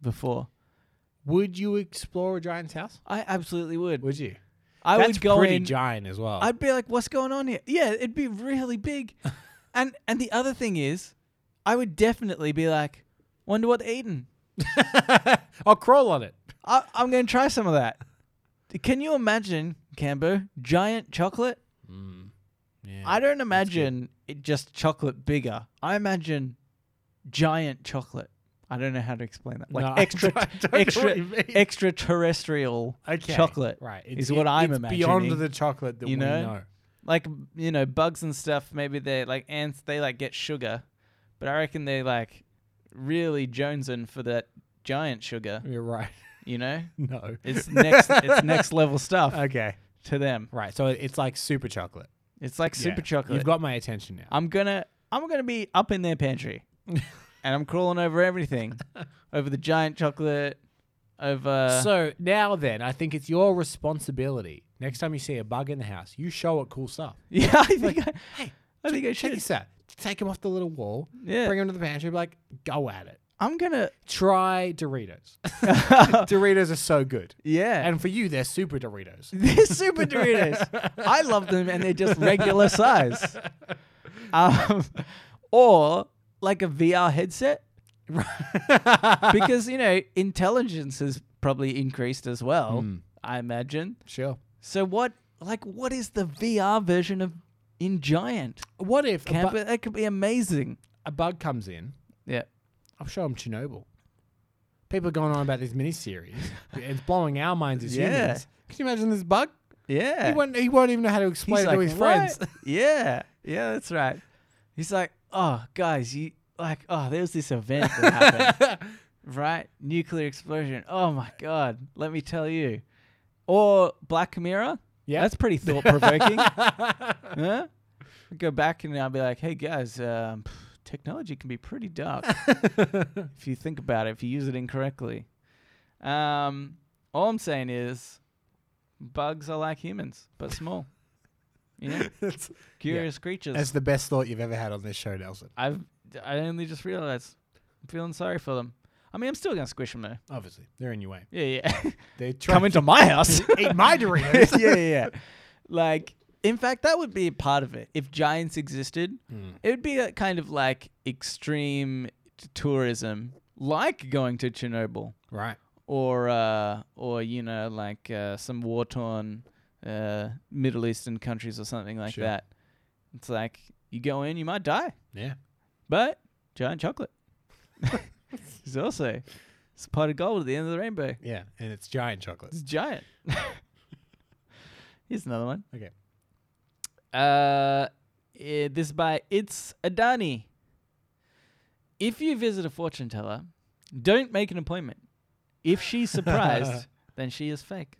before.
<laughs> Would you explore a giant's house?
I absolutely would.
Would you?
I
That's
would go
pretty
in.
giant as well.
I'd be like, "What's going on here?" Yeah, it'd be really
<laughs>
big. and and the other thing is, I would definitely be like, "Wonder what they're eating."
<laughs> I'll crawl on it.
I, I'm going to try some of that. Can you imagine, Cambo, giant chocolate?
Yeah.
I don't imagine it just chocolate bigger. I imagine giant chocolate. I don't know how to explain that. Like
No, <laughs> I
extra,
don't- I don't know
extra,
what you mean.
extraterrestrial chocolate.
Right.
is what I'm imagining.
beyond the chocolate that
you
we
know?
know.
like you know bugs and stuff maybe they like ants they like get sugar but i reckon they like really jonesing for that giant sugar
You're right. <laughs>
you know
no. <laughs>
it's next it's next level stuff
Okay.
to them
Right. So it's like super chocolate.
it's like
Yeah.
super chocolate
You've got my attention now.
i'm gonna i'm gonna be up
<laughs>
in their pantry and i'm crawling over everything over the giant chocolate over.
so now then, I think it's your responsibility. Next time you see a bug in the house, you show it cool stuff.
<laughs> yeah, I think I,
Hey,
I think I
check
should.
this out. Take him off the little wall.
Yeah.
Bring him to the pantry. Be like, go at it.
I'm gonna.
Try
<laughs>
Doritos. <laughs> Doritos are so good.
Yeah.
And for you, they're super Doritos.
<laughs>
<laughs>
They're super Doritos. I love them, and they're just regular
<laughs>
size. Um, or like a VR headset, because you know intelligence has probably increased as well.
Hmm.
I imagine.
sure.
So what, like, what is the VR version of in giant?
What if a,
Camp-
bu-
that could be amazing.
a bug comes in?
Yeah.
I'll show him Chernobyl. People are going on about this
<laughs>
miniseries. it's blowing our minds as
Yeah.
humans. Can you imagine this bug?
Yeah.
He, won't, he won't even know how to
He's
explain it
like,
to his
"What?"
friends. <laughs>
yeah. Yeah, that's right. He's like, oh, guys, you like, oh, there's this event
<laughs>
that happened, right? Nuclear explosion. Oh my god, let me tell you. Or Black Mirror.
Yeah.
that's
<laughs>
pretty thought provoking. huh? Go back and I'll be like, hey guys, um, technology can be pretty
<laughs>
dark if you think about it. If you use it incorrectly. Um, all I'm saying is, bugs are like humans, but small. You <laughs> know?
That's-
Curious creatures.
That's the best thought you've ever had on this show, Nelson.
I've I only just realized. I'm feeling sorry for them. I mean, I'm still gonna squish them though.
Obviously, they're in your way.
Yeah, <laughs> yeah.
They
Come into <laughs> my house.
eat my
<laughs>
Doritos.
yeah, yeah, yeah. Like, in fact, that would be a part of it. If giants existed,
Mm,
it would be a kind of like extreme t- tourism, like going to Chernobyl
Right.
or uh, or you know like uh, some war torn uh, Middle Eastern countries or something like
Sure.
that. It's like you go in, you might die.
Yeah.
But giant chocolate <laughs> is also it's a pot of gold at the end of the rainbow.
Yeah. And it's giant chocolate.
It's giant. <laughs> Here's another one.
Okay.
Uh, eh, this is by It's Adani. If you visit a fortune teller, don't make an appointment. If <laughs> she's surprised, then she is fake.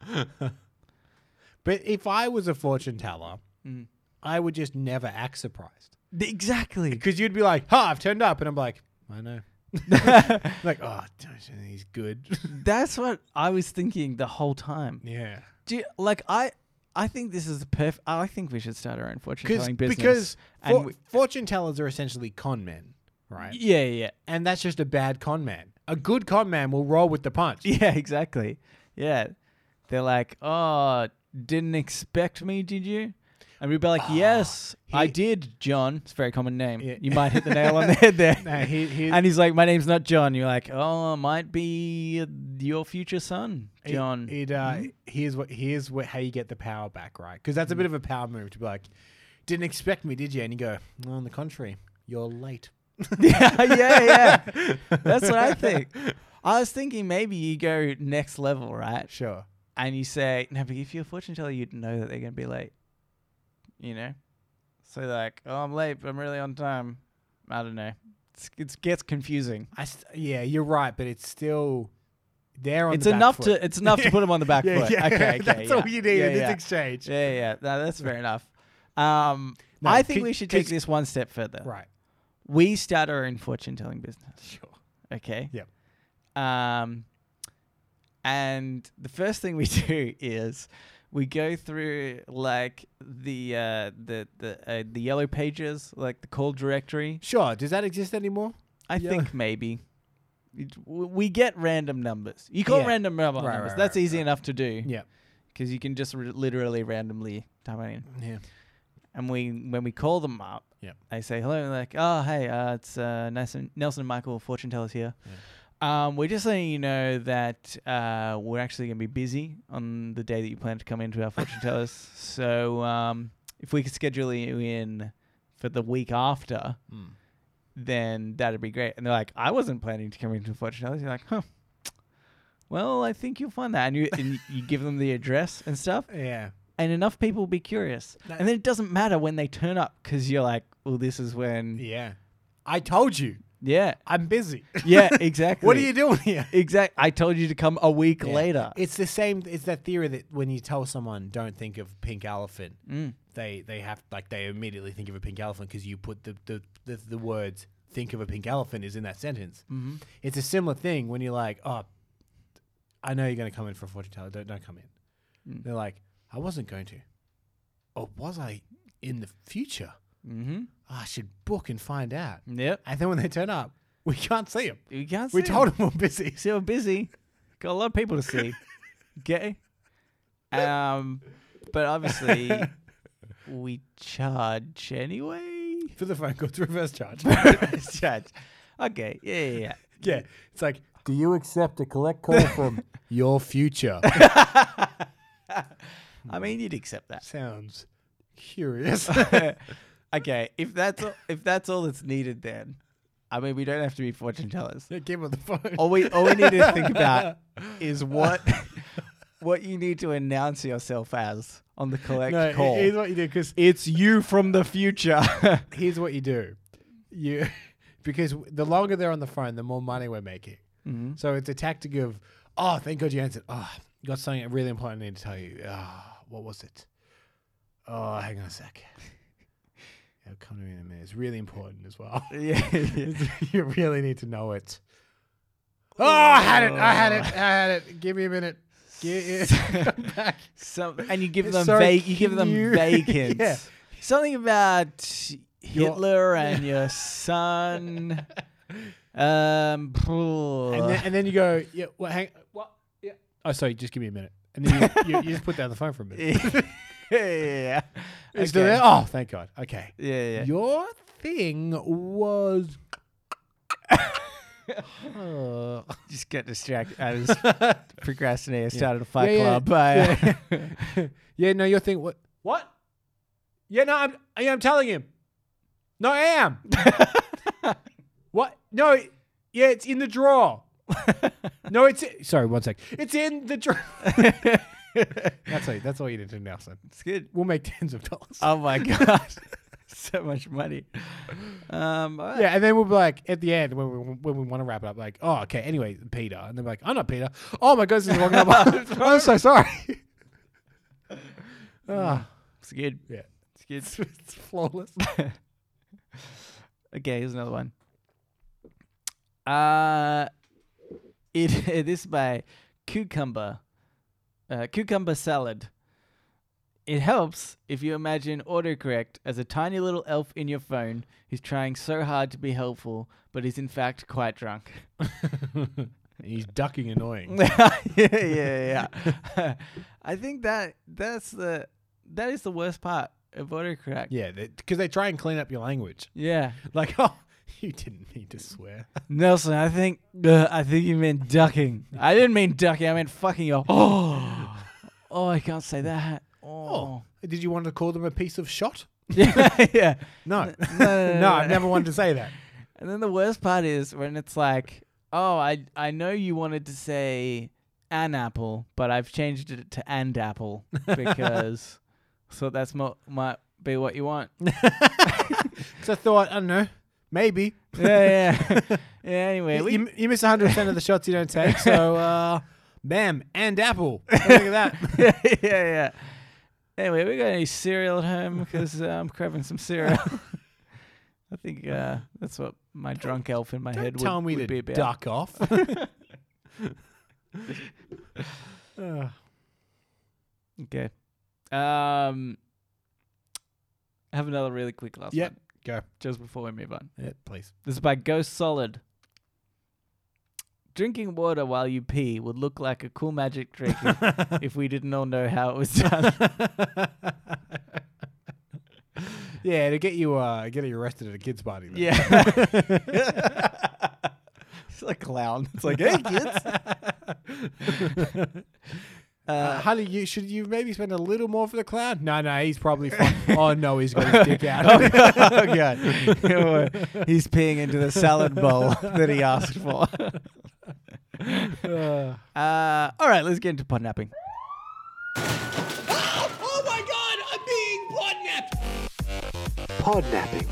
But if I was a fortune teller,
Mm.
I would just never act surprised.
Exactly.
Because you'd be like, ha, I've turned up. And I'm like,
<laughs>
I know. <laughs> like, oh, don't- he's good. <laughs>
That's what I was thinking the whole time.
yeah.
Do you, like I, I think this is the perfect. I think we should start our own fortune
Because
telling business.
because
and
for-
we-
fortune tellers are essentially con men, right?
yeah, yeah,
And that's just a bad con man. A good con man will roll with the punch.
yeah, <laughs> exactly. Yeah, they're like, oh, didn't expect me, did you? And we'd be like, yes, I
Ah, he-
did, John. It's a very common name.
Yeah.
You might hit the nail on
<laughs>
the head there.
No, Uh, he- he-
and he's like, my name's not John. You're like, oh, might be uh, your future son,
It-
John. Mm-hmm.
It, uh, Here's what here's what how you get the power back, right? Because that's a bit of a power move to be like, didn't expect me, did you? And you go, no, on the contrary, you're late.
<laughs> yeah, yeah, yeah. That's what I think. I was thinking maybe you go next level, right?
Sure.
and you say, no, but if you're a fortune teller, you'd know that they're going to be late. You know? So, like, oh, I'm late, but I'm really on time. I don't know. It's, it gets confusing.
I st- yeah, you're right, but it's still there on.
It's
the back
enough
foot.
to it's enough to put them on the back
<laughs> yeah,
foot.
yeah.
Okay, okay,
that's
yeah.
all you need
yeah,
in this
yeah.
exchange.
Yeah, yeah. No, that's fair enough. Um,
No,
I think
c-
we should take
c-
this one step further.
Right.
We start our own fortune telling business.
Sure.
Okay.
Yep.
Um, and the first thing we <laughs> do is we go through like the uh, the the uh, the yellow pages, like the call directory.
Sure. Does that exist anymore?
I
Yellow-
think maybe It- w- we get random numbers. You call
Yeah.
random mobile
Right,
numbers.
right,
That's
right,
easy enough to do
Yeah.
because you can just r literally randomly type it in.
Yeah.
And we when we call them up,
Yep.
they say hello. and they're like, oh hey, uh, it's uh, Nelson, Nelson and Michael, fortune tellers here. Um, we're just letting you know that uh, we're actually going to be busy on the day that you plan to come into our fortune tellers. So um, if we could schedule you in for the week after,
Mm.
then that'd be great. And they're like, I wasn't planning to come into fortune tellers. You're like, huh. Well, I think you'll find that, and you and you give them the address and stuff,
Yeah.
and enough people will be curious.
That-
and then it doesn't matter when they turn up because you're like, well, this is when.
Yeah. I told you,
Yeah.
I'm busy. <laughs>
Yeah, exactly.
what are you doing here?
Exact. I told you to come a week
Yeah.
later.
It's the same. It's that theory that when you tell someone, "Don't think of pink elephant,"
Mm.
they they have like they immediately think of a pink elephant because you put the the, the the words "think of a pink elephant" is in that sentence. Mm-hmm. It's a similar thing when you're like, "Oh, I know you're going to come in for a fortune teller. Don't, don't come in.
Mm.
They're like, I wasn't going to. Or was I in the future? "Ah,
Mm-hmm.
I should book and find out.
Yep.
And then when they turn up, we can't see them.
You can't see.
We told
him.
them we're busy. <laughs>
See, we're busy. Got a lot of people to see. Okay. Um, but
<laughs>
obviously, we charge
<laughs>
anyway. <laughs>
For the phone call, it's reverse <laughs> charge.
charge. Okay. Yeah, yeah, yeah.
yeah. It's like, do you accept a collect <laughs> call from your <laughs> future?
I mean, you'd accept that.
Sounds <laughs> curious.
<laughs> okay, if that's all, if that's all that's needed, then I mean we don't have to be fortune tellers.
Yeah, Give them the phone. <laughs>
All we all we need to think about is what what you need to announce yourself as on the collect
no, e-
call.
here's what you do because
it's you from the
<laughs>
future.
here's what you do you <laughs> because the longer they're on the phone the more money we're making
Mm-hmm.
so it's a tactic of oh thank god you answered oh got something really important i need to tell you Ah, what was it oh hang on
<laughs>
a sec it'll come to me in a minute it's really important as well
yeah,
<laughs>
yeah.
you really need to know it oh i had it i had it i had it give me a minute Give
<laughs>
come back.
Some, and you give
It's
them
so
vague. You give them
<laughs> cute.
vague hints.
Yeah.
Something about
Your-
Hitler
<laughs>
and your son. Um,
and then, and then you go, yeah, well, hang, what? Yeah. Oh, sorry, just give me a minute. And then you, you, you just put down the phone for a minute.
yeah, yeah, <laughs> yeah.
It's still there?
Okay.
Oh, thank God. Okay.
Yeah, yeah.
Your thing was. Uh,
<laughs> Just get distracted. I <laughs> was procrastinating. I started a fight
Yeah, yeah,
club. uh, I-
yeah, <laughs> no, your thing. What? What? Yeah, no, I'm. Yeah, I'm telling him. No, I am. what? No. Yeah, it's in the drawer. no, it's. Sorry, one sec. It's in the drawer. <laughs> that's all. That's all you need to know, son.
<laughs> it's good.
We'll make tens of dollars.
Oh my <laughs> god, so much money. Um, all right.
Yeah, and then we'll be like at the end when we when we want to wrap it up, like, oh, okay. Anyway, Peter, and they're like, I'm not Peter. Oh my God, this is the wrong number. <laughs> I'm so sorry. Ah,
it's good.
yeah,
It's <laughs>
it's,
good.
it's flawless.
Okay, here's another one. Uh, it, <laughs> it is by cucumber, uh, cucumber salad. It helps if you imagine autocorrect as a tiny little elf in your phone who's trying so hard to be helpful, but is in fact quite drunk.
<laughs>
<laughs>
He's ducking annoying.
yeah, yeah, yeah. <laughs> I think that that's the that is the worst part of autocorrect.
Yeah, because they try and clean up your language. <laughs>
yeah.
Like, oh, <laughs> you didn't mean to swear.
Nelson, I think uh, I think you meant ducking. I didn't mean ducking. I meant fucking your. Oh, <gasps> oh, I can't say that. Oh,
Oh, did you want to call them a piece of shot?
<laughs> yeah, <laughs> yeah.
<laughs> No,
No, no, no,
no, I've
no.
never wanted to say that.
And then the worst part is when it's like, oh, I I know you wanted to say an apple, but I've changed it to and
<laughs>
apple because so that's mo- might be what you
<laughs>
want. yeah,
Because I thought, I don't know, maybe.
yeah, <laughs> yeah. yeah anyway,
You-
we
you, you miss 100% of the shots you don't
<laughs>
take, so uh, bam, and apple. Look at that.
<laughs> yeah, yeah, yeah. Anyway, we got any cereal at home because uh, I'm craving some cereal. <laughs> I think uh, that's what my drunk elf in my
Don't
head would,
tell me
would
to
be about.
duck off.
<laughs>
<laughs> Uh,
Okay. Um, I have another really quick last
Yep,
one
go.
just before we move on.
Yeah, <laughs> please.
This is by Ghost Solid. Drinking water while you pee would look like a cool magic trick <laughs> if- if we didn't all know how it was done.
<laughs> yeah, to get you uh, get you arrested at a kids' party. Then.
<laughs> yeah. it's like a clown. It's like, hey, <laughs> kids.
Uh, Honey, you should you maybe spend a little more for the clown? No, no, he's probably <laughs> fine. oh no, he's got his dick <laughs> out.
oh god, <laughs> he's peeing into the salad bowl <laughs> that he asked for.
Uh,
Uh, all right, let's get into pod napping.
Oh my god, I'm being podnapped!
Podnapping.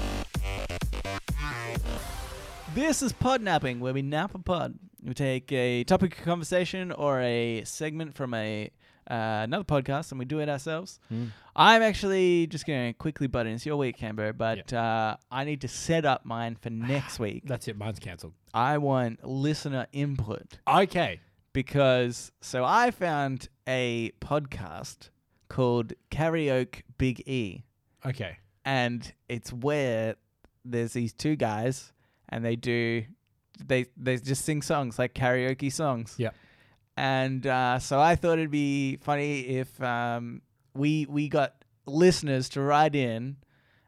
This is pod napping, where we nap a pod. We take a topic of conversation or a segment from a uh, another podcast, and we do it ourselves. I'm actually just going to quickly butt in. It's your week, Cambo, but uh, I need to set up mine for next week.
that's it. Mine's cancelled.
I want listener input.
Okay.
because so I found a podcast called Karaoke Big E,
Okay.
and it's where there's these two guys and they do they they just sing songs like karaoke songs.
Yep.
And uh, so I thought it'd be funny if um, we we got listeners to write in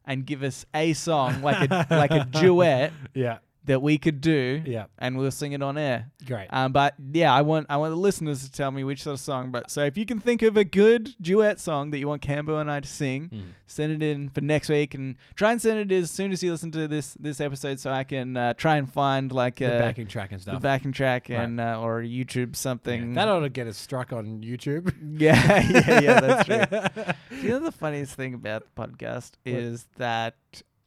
and give us a song like a like a duet
Yeah.
that we could do.
Yeah.
And we'll sing it on air.
Great.
Um, but yeah, I want I want the listeners to tell me which sort of song. But so if you can think of a good duet song that you want Cambo and I to sing,
Mm.
send it in for next week and try and send it as soon as you listen to this this episode, so I can uh, try and find like
uh, the
a
backing track and
the
stuff.
backing track and uh, or YouTube something.
that ought to get us struck on YouTube.
<laughs> yeah, yeah, yeah, that's true.
<laughs>
Do you know the funniest thing about the podcast is that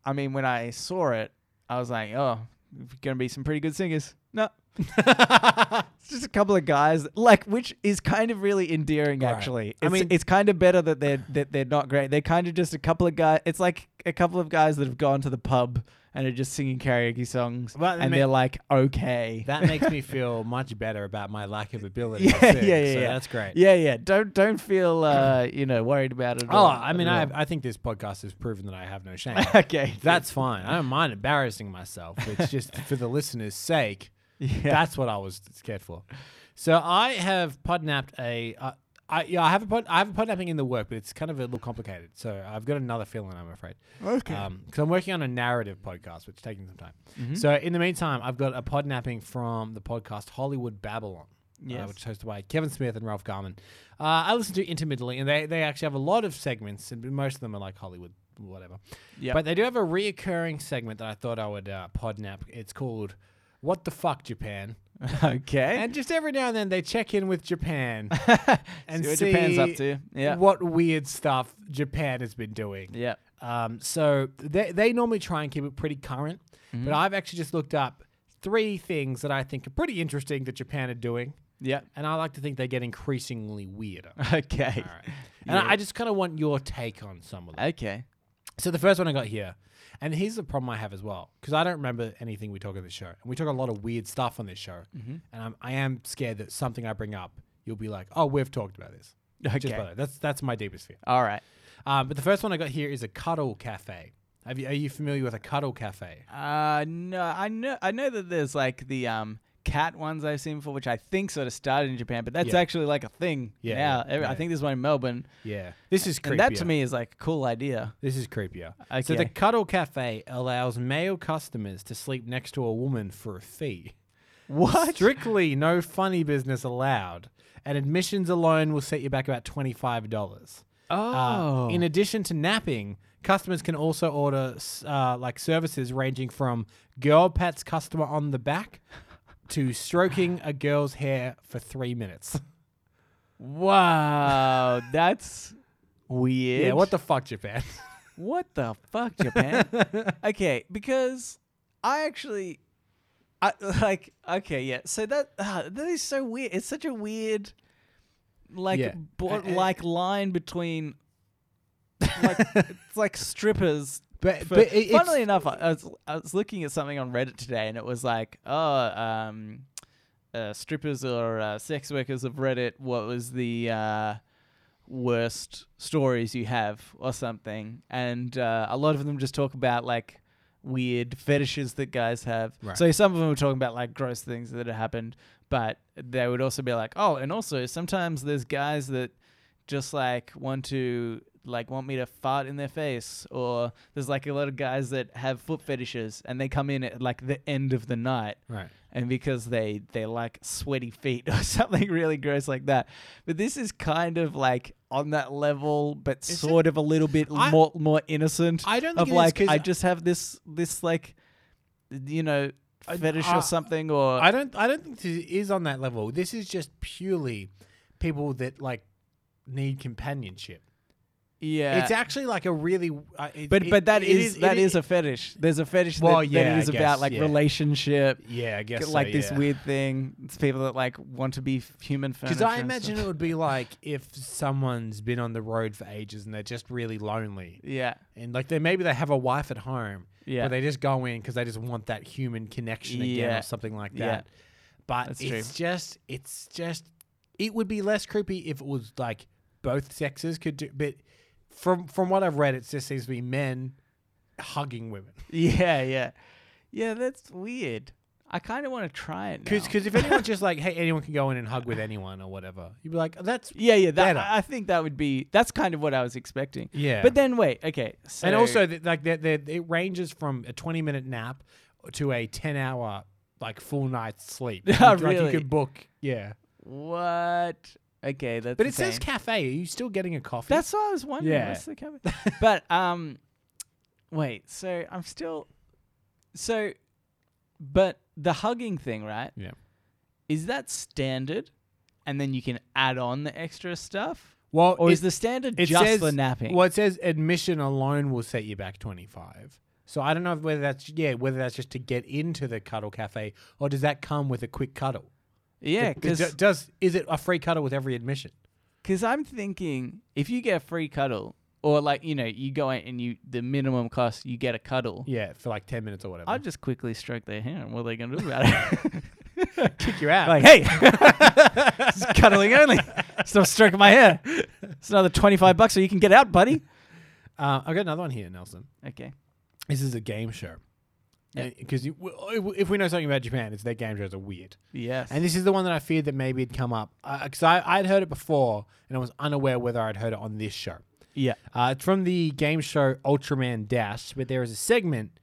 I mean, when I saw it, I was like, oh, gonna be some pretty good singers. No, <laughs> It's just a couple of guys, like which is kind of really endearing.
Right.
Actually,
I
it's,
mean-
it's kind of better that they're that they're not great. They're kind of just a couple of guys. It's like a couple of guys that have gone to the pub and are just singing karaoke songs,
Well, I
and
mean-
they're like, okay,
that makes me feel much better about my lack of <laughs> ability.
yeah,
to sing,
yeah, yeah,
so
yeah.
That's great.
<laughs> Yeah, yeah. Don't don't feel uh, you know worried about it. at
Oh,
all-
I mean,
at
I,
all.
have, I think this podcast has proven that I have no shame.
<laughs> okay.
<laughs> That's fine. I don't mind embarrassing myself. <laughs> It's just for the listeners' sake.
yeah.
That's what I was scared for. So I have podnapped a. Uh, I, yeah, I have a pod, I have a podnapping in the work, but it's kind of a little complicated. So I've got another feeling, I'm afraid. Okay. Mm-hmm. Because I'm working on a narrative podcast, which is taking some time. So in the meantime, I've got a podnapping from the podcast Hollywood Babylon. uh,
Yes.
which is hosted by Kevin Smith and Ralph Garman. Uh, I listen to intermittently, and they, they actually have a lot of segments, and most of them are like Hollywood, whatever.
Yep.
But they do have a reoccurring segment that I thought I would uh, podnap. It's called "What the Fuck Japan,"
okay.
and just every now and then they check in with Japan
<laughs>
and
See what Japan's up
see
to. Yeah.
what weird stuff Japan has been doing.
yeah.
Um, so they they normally try and keep it pretty current,
Mm-hmm.
but I've actually just looked up three things that I think are pretty interesting that Japan are doing,
Yeah.
and I like to think they get increasingly weirder.
<laughs> Okay.
All right. And I I just kind of want your take on some of them.
Okay.
So the first one I got here, and here's the problem I have as well, because I don't remember anything we talk on this show, and we talk a lot of weird stuff on this show,
Mm-hmm.
and I'm, I am scared that something I bring up, you'll be like, "Oh, we've talked about this." Just
Okay.
by the way, that's that's my deepest fear.
All right.
Um, but the first one I got here is a cuddle cafe. Have you, are you familiar with a cuddle cafe?
Uh no, I know I know that there's like the um cat ones I've seen before, which I think sort of started in Japan, but that's
Yeah.
actually like a thing
Yeah,
now.
yeah,
Every-
yeah.
I think there's one in Melbourne,
Yeah, this is creepier.
and that to me is like a cool idea.
This is creepier. So the
Okay.
Cuddle Cafe allows male customers to sleep next to a woman for a fee.
What?
Strictly no funny business allowed, and admissions alone will set you back about twenty-five dollars. Uh,
Oh,
in addition to napping, customers can also order s- uh, like services ranging from girl pats customer on the back to stroking a girl's hair for three minutes.
wow, that's weird.
Yeah, what the fuck, Japan? <laughs>
What the fuck, Japan? okay, because I actually, I <laughs> like. Okay, yeah. So that <sighs> uh, that is so weird. It's such a weird, like,
Yeah.
bo-
A- a-
like line between,
<laughs>
like, it's like strippers.
But-
for-
but it-
funnily
it's-
enough, I, I was I was looking at something on Reddit today, and it was like, oh, um, uh, strippers or uh, sex workers of Reddit. What was the uh, worst stories you have or something and uh, a lot of them just talk about like weird fetishes that guys have
Right.
so some of them were talking about like gross things that had happened but they would also be like oh and also sometimes there's guys that just like want to like want me to fart in their face or there's like a lot of guys that have foot fetishes and they come in at like the end of the night
Right.
and because they they like sweaty feet <laughs> or something really gross like that. But this is kind of like on that level, but sort of a little bit
I-
more more innocent.
I don't
of
think it is,
like
'cause
I just have this this like you know fetish
I-
or something or
I don't. I don't think this is on that level. This is just purely people that like need companionship.
yeah.
It's actually like a really. Uh, it-
but
it-
but that
it
is
it
that is a fetish. There's a fetish
Well,
that,
yeah,
that
I
it is about
guess,
like
yeah.
relationship.
yeah. I guess
Like
so,
this
yeah.
weird thing. It's people that like want to be f- human furniture.
Because I
and
imagine
stuff.
it would be like if someone's been on the road for ages and they're just really lonely,
<laughs> Yeah.
and like they maybe they have a wife at home,
Yeah.
but they just go in because they just want that human connection again
Yeah.
or something like
Yeah.
that. But
That's
it's just, it's just, it would be less creepy if it was like both sexes could do. But from from what I've read, it just seems to be men hugging women.
Yeah, yeah, yeah. That's weird. I kind of want to try it now.
Because if anyone's just like, hey, anyone can go in and hug with anyone or whatever, you'd be like, that's
yeah, yeah. That
better.
I I think that would be. That's kind of what I was expecting.
Yeah.
But then wait. Okay. So,
and also th- like that that it ranges from a 20 minute nap to a 10 hour like full night's <laughs> sleep
Oh,
like
really?
you could book yeah
what? Okay. That's.
but it says
insane.
cafe are you still getting a coffee <laughs>
That's what I was wondering.
Yeah.
What's the cover? but um, wait. So I'm still. So, but the hugging thing, right?
yeah
Is that standard? And then you can add on the extra stuff,
well
or
it,
is the standard
it
just
says,
for napping?
well it says admission alone will set you back 25 so i don't know whether that's yeah whether that's just to get into the cuddle cafe or does that come with a quick cuddle
Yeah,
It- it
because
do- does is it a free cuddle with every admission
Because I'm thinking if you get a free cuddle, or like, you know, you go out and you, the minimum cost, you get a cuddle,
yeah for like 10 minutes or whatever
I'll just quickly stroke their hand. What are they going to do about it? <laughs>
kick you out
like, hey, <laughs> it's cuddling only. Stop stroking my hair. It's another 25 bucks so you can get out, buddy.
uh, i've got another one here nelson
Okay.
This is a game show.
Yeah.
Because if we know something about Japan, it's their game shows are weird.
Yes.
And this is the one that I feared that maybe it'd come up. Because I, I'd heard it before and I was unaware whether I'd heard it on this show.
yeah.
Uh, it's from the game show Ultraman Dash, but there is a segment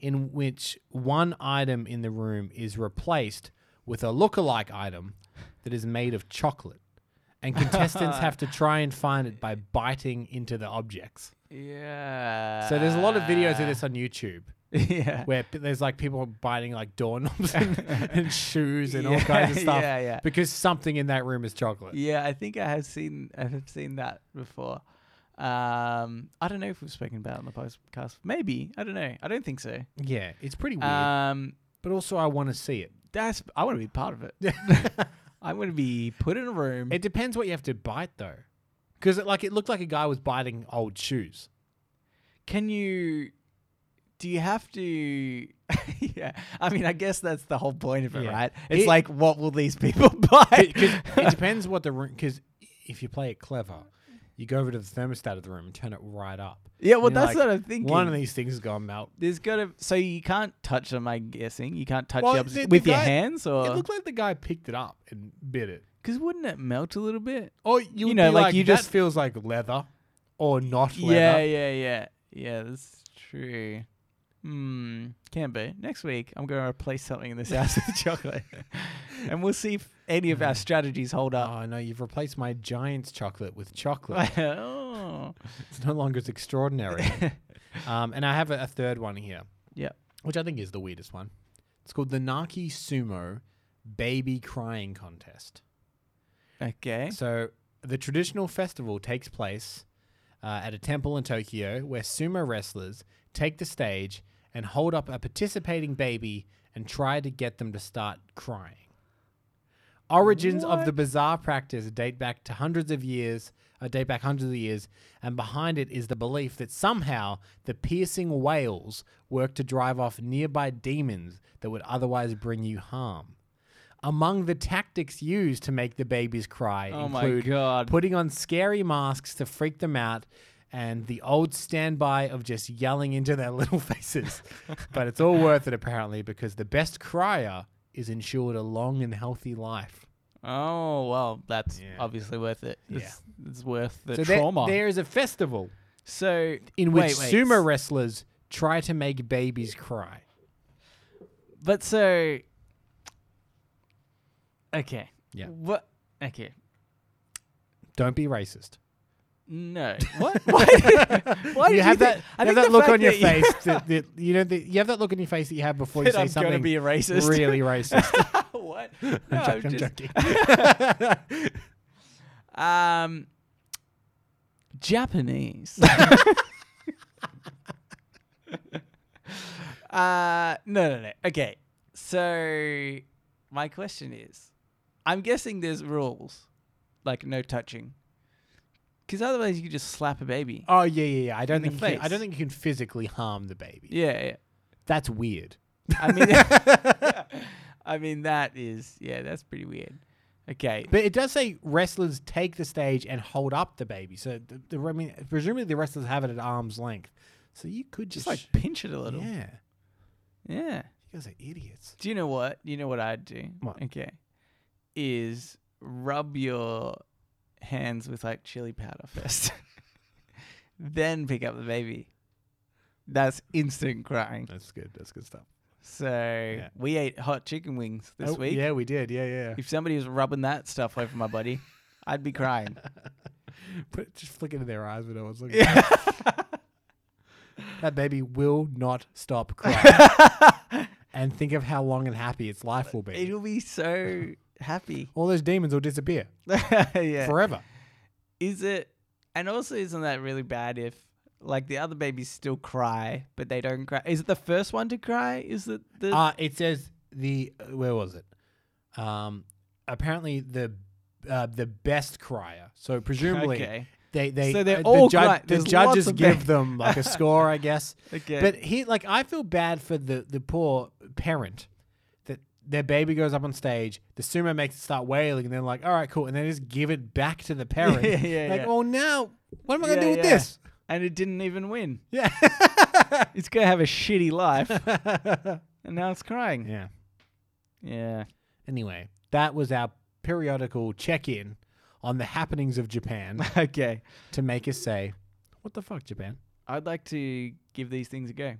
in which one item in the room is replaced with a look-alike item that is made of chocolate. And contestants have to try and find it by biting into the objects.
Yeah.
So there's a lot of videos of this on YouTube
<laughs> yeah.
where p- there's like people biting like
<laughs>
doorknobs and, and shoes and all kinds of
Yeah,
stuff
yeah, yeah.
because something in that room is chocolate.
Yeah, I think I have seen I have seen that before. Um, I don't know if we've spoken about it on the podcast. Maybe I don't know. I don't think so.
Yeah, it's pretty weird,
Um,
but also I want to see it.
that's I want to be part of
<laughs>
it. <laughs> I want to be put in a room.
It depends what you have to bite though, because it, like it looked like a guy was biting old shoes.
Can you? Do you have to? <laughs> yeah, I mean, I guess that's the whole point of it,
Yeah.
right? It's
It-
like, what will these people <laughs> buy?
Because
<laughs>
it depends what the room. Because if you play it clever, you go over to the thermostat of the room and turn it right up.
yeah, well,
And you're
that's
like,
what I'm thinking.
One of these things is gonna melt.
There's gotta so you can't touch them. I'm guessing you can't touch
Well,
the opposite-
the- the
with your
guy-
hands,
It
or
looked like the guy picked it up and bit it.
because wouldn't it melt a little bit?
Or you, would
know,
be
like,
like,
you
that
just-
feels like leather, or not leather.
Yeah, yeah, yeah, yeah. That's true. Hmm, can be. Next week, I'm going to replace something in this house <laughs> with chocolate, and we'll see if any of our strategies hold up. <laughs>
Oh no, you've replaced my Giants chocolate with chocolate.
oh,
it's no longer as extraordinary. um, and I have a, a third one here,
yeah.
which I think is the weirdest one. It's called the Naki Sumo Baby Crying Contest.
Okay.
So the traditional festival takes place uh, at a temple in Tokyo where sumo wrestlers take the stage and hold up a participating baby and try to get them to start crying. Origins of the bizarre practice date back to hundreds of years, uh, date back hundreds of years, and behind it is the belief that somehow the piercing whales work to drive off nearby demons that would otherwise bring you harm. Among the tactics used to make the babies cry
Oh my
include
God.
putting on scary masks to freak them out and the old standby of just yelling into their <laughs> little faces. but it's all worth it apparently because the best crier is ensured a long and healthy life.
Oh well, that's
Yeah.
obviously worth it.
Yeah.
It's, it's worth the
So there-
trauma.
there is a festival
so
in which
wait, wait,
sumo wrestlers try to make babies cry.
But so, okay.
Yeah.
What? Okay.
Don't be racist.
No. What? <laughs> Why did, why did
you have
think-
that,
I think the
you have that look
fact
on your
that you-
face that, that you know that you have that look on your face that you have before you
That <laughs>
say
I'm gonna
something
be a racist.
really racist.
<laughs> what?
I'm,
No,
joking,
I'm
I'm
just-
joking.
um,
<laughs>
Japanese. uh, no, no, no. Okay. So, my question is I'm guessing there's rules, like no touching. Because otherwise, you could just slap a baby.
Oh yeah, yeah, yeah. I don't
In the
think you can, I
face.
don't think you can physically harm the baby.
Yeah, yeah.
<laughs> That's weird.
I mean, <laughs> I mean, that is, yeah, that's pretty weird. Okay.
But it does say wrestlers take the stage and hold up the baby. So the, the, I mean, presumably the wrestlers have it at arm's length. So you could
Just
just,
like pinch it a little.
yeah,
yeah.
you guys are idiots.
Do you know what? You know what I'd do?
What?
Okay. Is rub your hands with like chili powder first. <laughs> then pick up the baby. That's instant crying.
That's good. That's good stuff.
So we ate hot chicken wings this
Oh,
week.
yeah, we did. Yeah, yeah.
If somebody was rubbing that stuff over my body, I'd be
<laughs>
crying. <laughs>
Put just flick it in their eyes when no one's looking. that baby will not stop crying.
<laughs>
and think of how long and happy its life will be.
It'll be so happy. <laughs>
All those demons will disappear
yeah.
forever.
Is it? And also, isn't that really bad if, like, the other babies still cry, but they don't cry? Is it the first one to cry? Is it the?
Uh, it says the uh, where was it? Um, apparently the uh, the best crier. So presumably
Okay.
they they
So they're
uh,
all
the, judge-
cry-
the
there's lots
judges
of
give
ba-
them like a score, I guess.
<laughs> Okay.
But he like I feel bad for the the poor parent that their baby goes up on stage, the sumo makes it start wailing, and they're like, all right, cool, and they just give it back
<laughs>
to the parent.
Yeah, yeah,
like,
yeah.
oh no, what am I
Yeah,
gonna do with
yeah.
this?
and it didn't even win.
Yeah.
<laughs> It's gonna have a shitty life,
<laughs>
<laughs> and now it's crying.
yeah.
Yeah. <laughs>
Anyway, that was our periodical check in on the happenings of <laughs> Japan
Okay.
to make us say, What the fuck, Japan?
I'd like to give these things a go.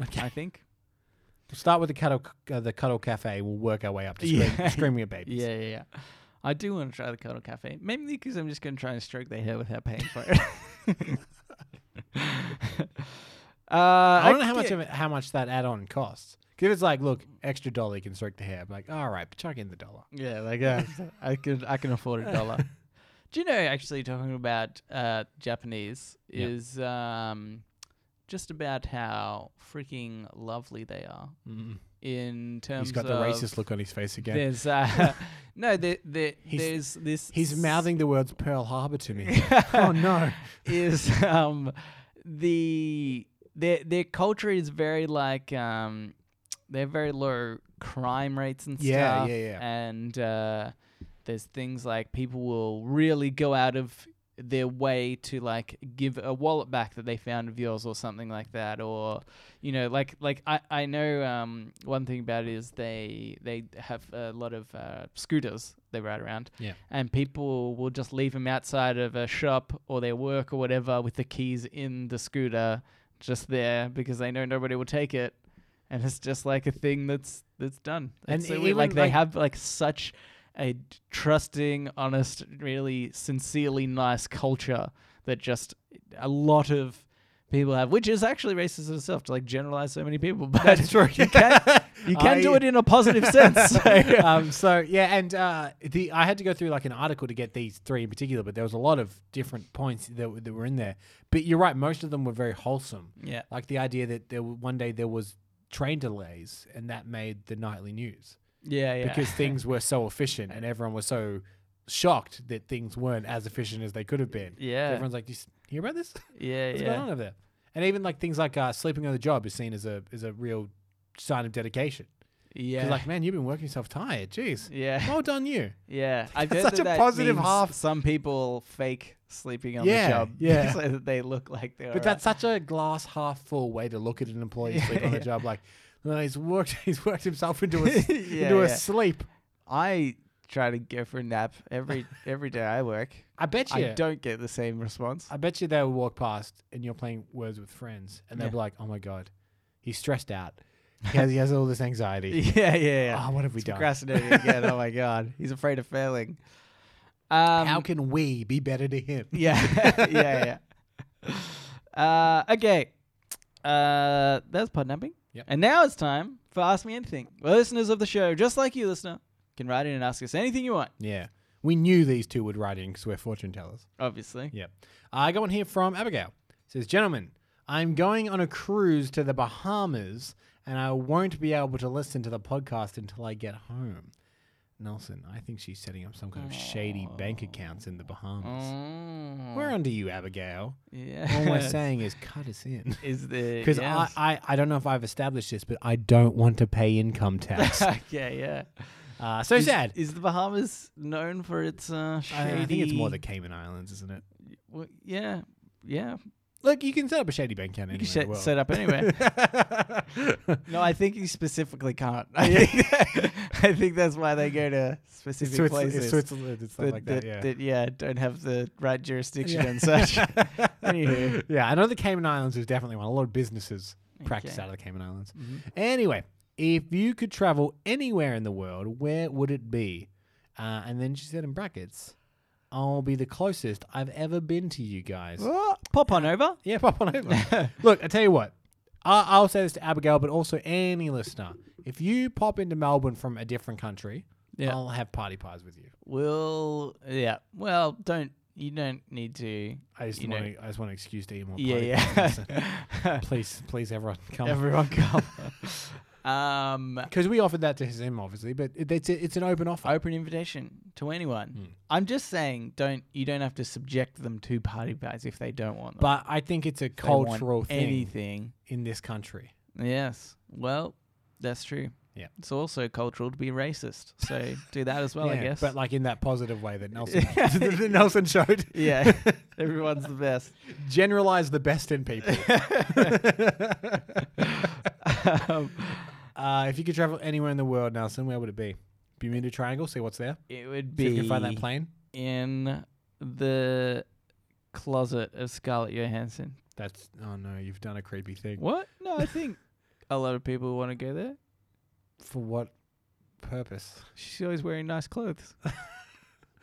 Okay.
I
<laughs>
think.
We'll start with the cuddle, uh, the cuddle cafe. We'll work our way up to scream,
Yeah.
screaming at babies.
Yeah, yeah, yeah. I do want to try the cuddle cafe, mainly because I'm just going to try and stroke their hair without paying for it.
<laughs>
<laughs> uh,
I don't know how much of it, how much that add on costs. 'Cause if it's like, look, extra dollar you can stroke the hair, I'm like, all right, chuck in the dollar.
Yeah, like
<laughs>
uh, I can I can afford a dollar. do you know actually talking about uh, Japanese
Yeah.
is um, just about how freaking lovely they are
Mm.
in terms.
He's got the
of
racist look on his face again.
There's uh, <laughs> no there, there
He's-
there's this
He's mouthing the words Pearl Harbor to me. <laughs> oh no!
is <laughs> um the their their culture is very like um they're very low crime rates and
Yeah,
stuff.
yeah, yeah.
And uh, there's things like people will really go out of their way to like give a wallet back that they found of yours or something like that or you know like like i i know um one thing about it is they they have a lot of uh, scooters they ride around
Yeah.
and people will just leave them outside of a shop or their work or whatever with the keys in the scooter just there because they know nobody will take it and it's just like a thing that's that's done
And
and so
even,
weird. like they
like-
have like such a d- trusting honest really sincerely nice culture that just a lot of people have which is actually racist in itself to like generalize so many people <laughs> but
That's true.
you can you can do
I-
it in a positive sense <laughs> so-
um, so yeah, and uh, the I had to go through like an article to get these three in particular, but there was a lot of different points that, w- that were in there. But you're right, most of them were very wholesome.
yeah
Like the idea that there w- one day there was train delays, and that made the nightly news
yeah yeah <laughs>
because things were so efficient, and everyone was so shocked that things weren't as efficient as they could have been.
Yeah.
everyone's like, "You s- hear about this?
yeah
What's
yeah
going on over there?" And even like things like uh, sleeping on the job is seen as a is a real sign of dedication. 'Cause,
yeah
like, man, you've been working yourself tired. Jeez.
<laughs> yeah
Well done, you.
Yeah, I've heard
such
that
a
that
positive
means
half.
Some people fake sleeping on
Yeah,
the job,
yeah.
<laughs> so that they look like they're.
<laughs> But that's such a glass half full way to look at an employee sleep on a job. Like, "Oh, he's worked, <laughs> he's worked himself into <laughs> a
<laughs>
s-
Yeah,
into a
yeah.
sleep.
I try to go for a nap
<laughs>
every every day I work.
I bet you.
I
I,
don't get the same response.
bet you they will walk past and you're playing Words with Friends, and they'll
Yeah.
be like, "Oh my god, he's stressed out. He has, he has all this <laughs> anxiety.
<laughs> yeah, yeah, yeah.
Oh, what have we
It's
done?
procrastinating again. oh
<laughs>
my god, he's afraid of failing. Um,
How can we be better to him?"
yeah, <laughs> yeah, yeah. Uh, okay, uh, that's podnapping.
Yep.
And now it's time for Ask Me Anything. Well, listeners of the show, just like you, listener, can write in and ask us anything you want.
Yeah, we knew these two would write in because we're fortune tellers.
Obviously.
Yep. I got one here from Abigail. It says, Gentlemen, I'm going on a cruise to the Bahamas and I won't be able to listen to the podcast until I get home. Nelson, I think she's setting up some kind of shady bank accounts in the Bahamas.
Mm.
We're under you, Abigail.
yeah. <laughs>
All we're saying is cut us in.
is the
Because
yes.
I, I, I don't know if I've established this, but I don't want to pay
<laughs>
income tax.
okay, yeah.
uh, so
is,
sad.
Is the Bahamas known for its uh,
I,
shady?
I think it's more the Cayman Islands, isn't it?
Well, yeah, yeah.
Look, you can set up a shady bank account
You can
anywhere in
set, set up anywhere.
the <laughs> world.
no, I think you specifically can't. <laughs> I
<laughs>
think, I think that's why they go to specific
Switzerland,
places.
it's Switzerland and stuff
that,
like that.
that-
yeah. <laughs>
that, don't have the right jurisdiction and such. Anywho.
yeah, I know the Cayman Islands is definitely one. A lot of businesses practice
Okay.
out of the Cayman Islands. Anyway, if you could travel anywhere in the world, where would it be? Uh, and then she said in brackets, I'll be the closest I've ever been to you guys.
Pop on over.
Yeah, pop on over. Look, I tell you what. I- I'll say this to Abigail, but also any listener. If you pop into Melbourne from a different country,
Yeah.
I'll have party pies with you.
We'll yeah. Well, don't you don't need to.
I just
You know-
want to, I just want an excuse to eat more.
Yeah,
party
<laughs>
pies.
yeah.
please, please, everyone come. <laughs>
Everyone come. <laughs> um,
Because we offered that to him, obviously, but it, it's it's an open offer.
open invitation to anyone.
Hmm.
I'm just saying, don't you don't have to subject them to party pies if they don't want them.
But I think it's a
If they want
cultural thing
Anything.
in this country.
Yes. Well, that's true.
Yeah.
It's also cultural to be racist. So do that as well, I
Yeah,
guess.
But like in that positive way
<laughs>
that Nelson <laughs> that Nelson showed. <laughs>
yeah, everyone's the best.
Generalize the best
<laughs>
in people.
<laughs> Um,
uh, if you could travel anywhere in the world, Nelson, where would it be? Bermuda Triangle. See what's there.
it would
See if
be
you can find that plane.
in the closet of Scarlett Johansson.
That's oh no, you've done a creepy thing.
What? No, I think <laughs> a lot of people want to go there.
For what purpose?
She's always wearing nice clothes. <laughs>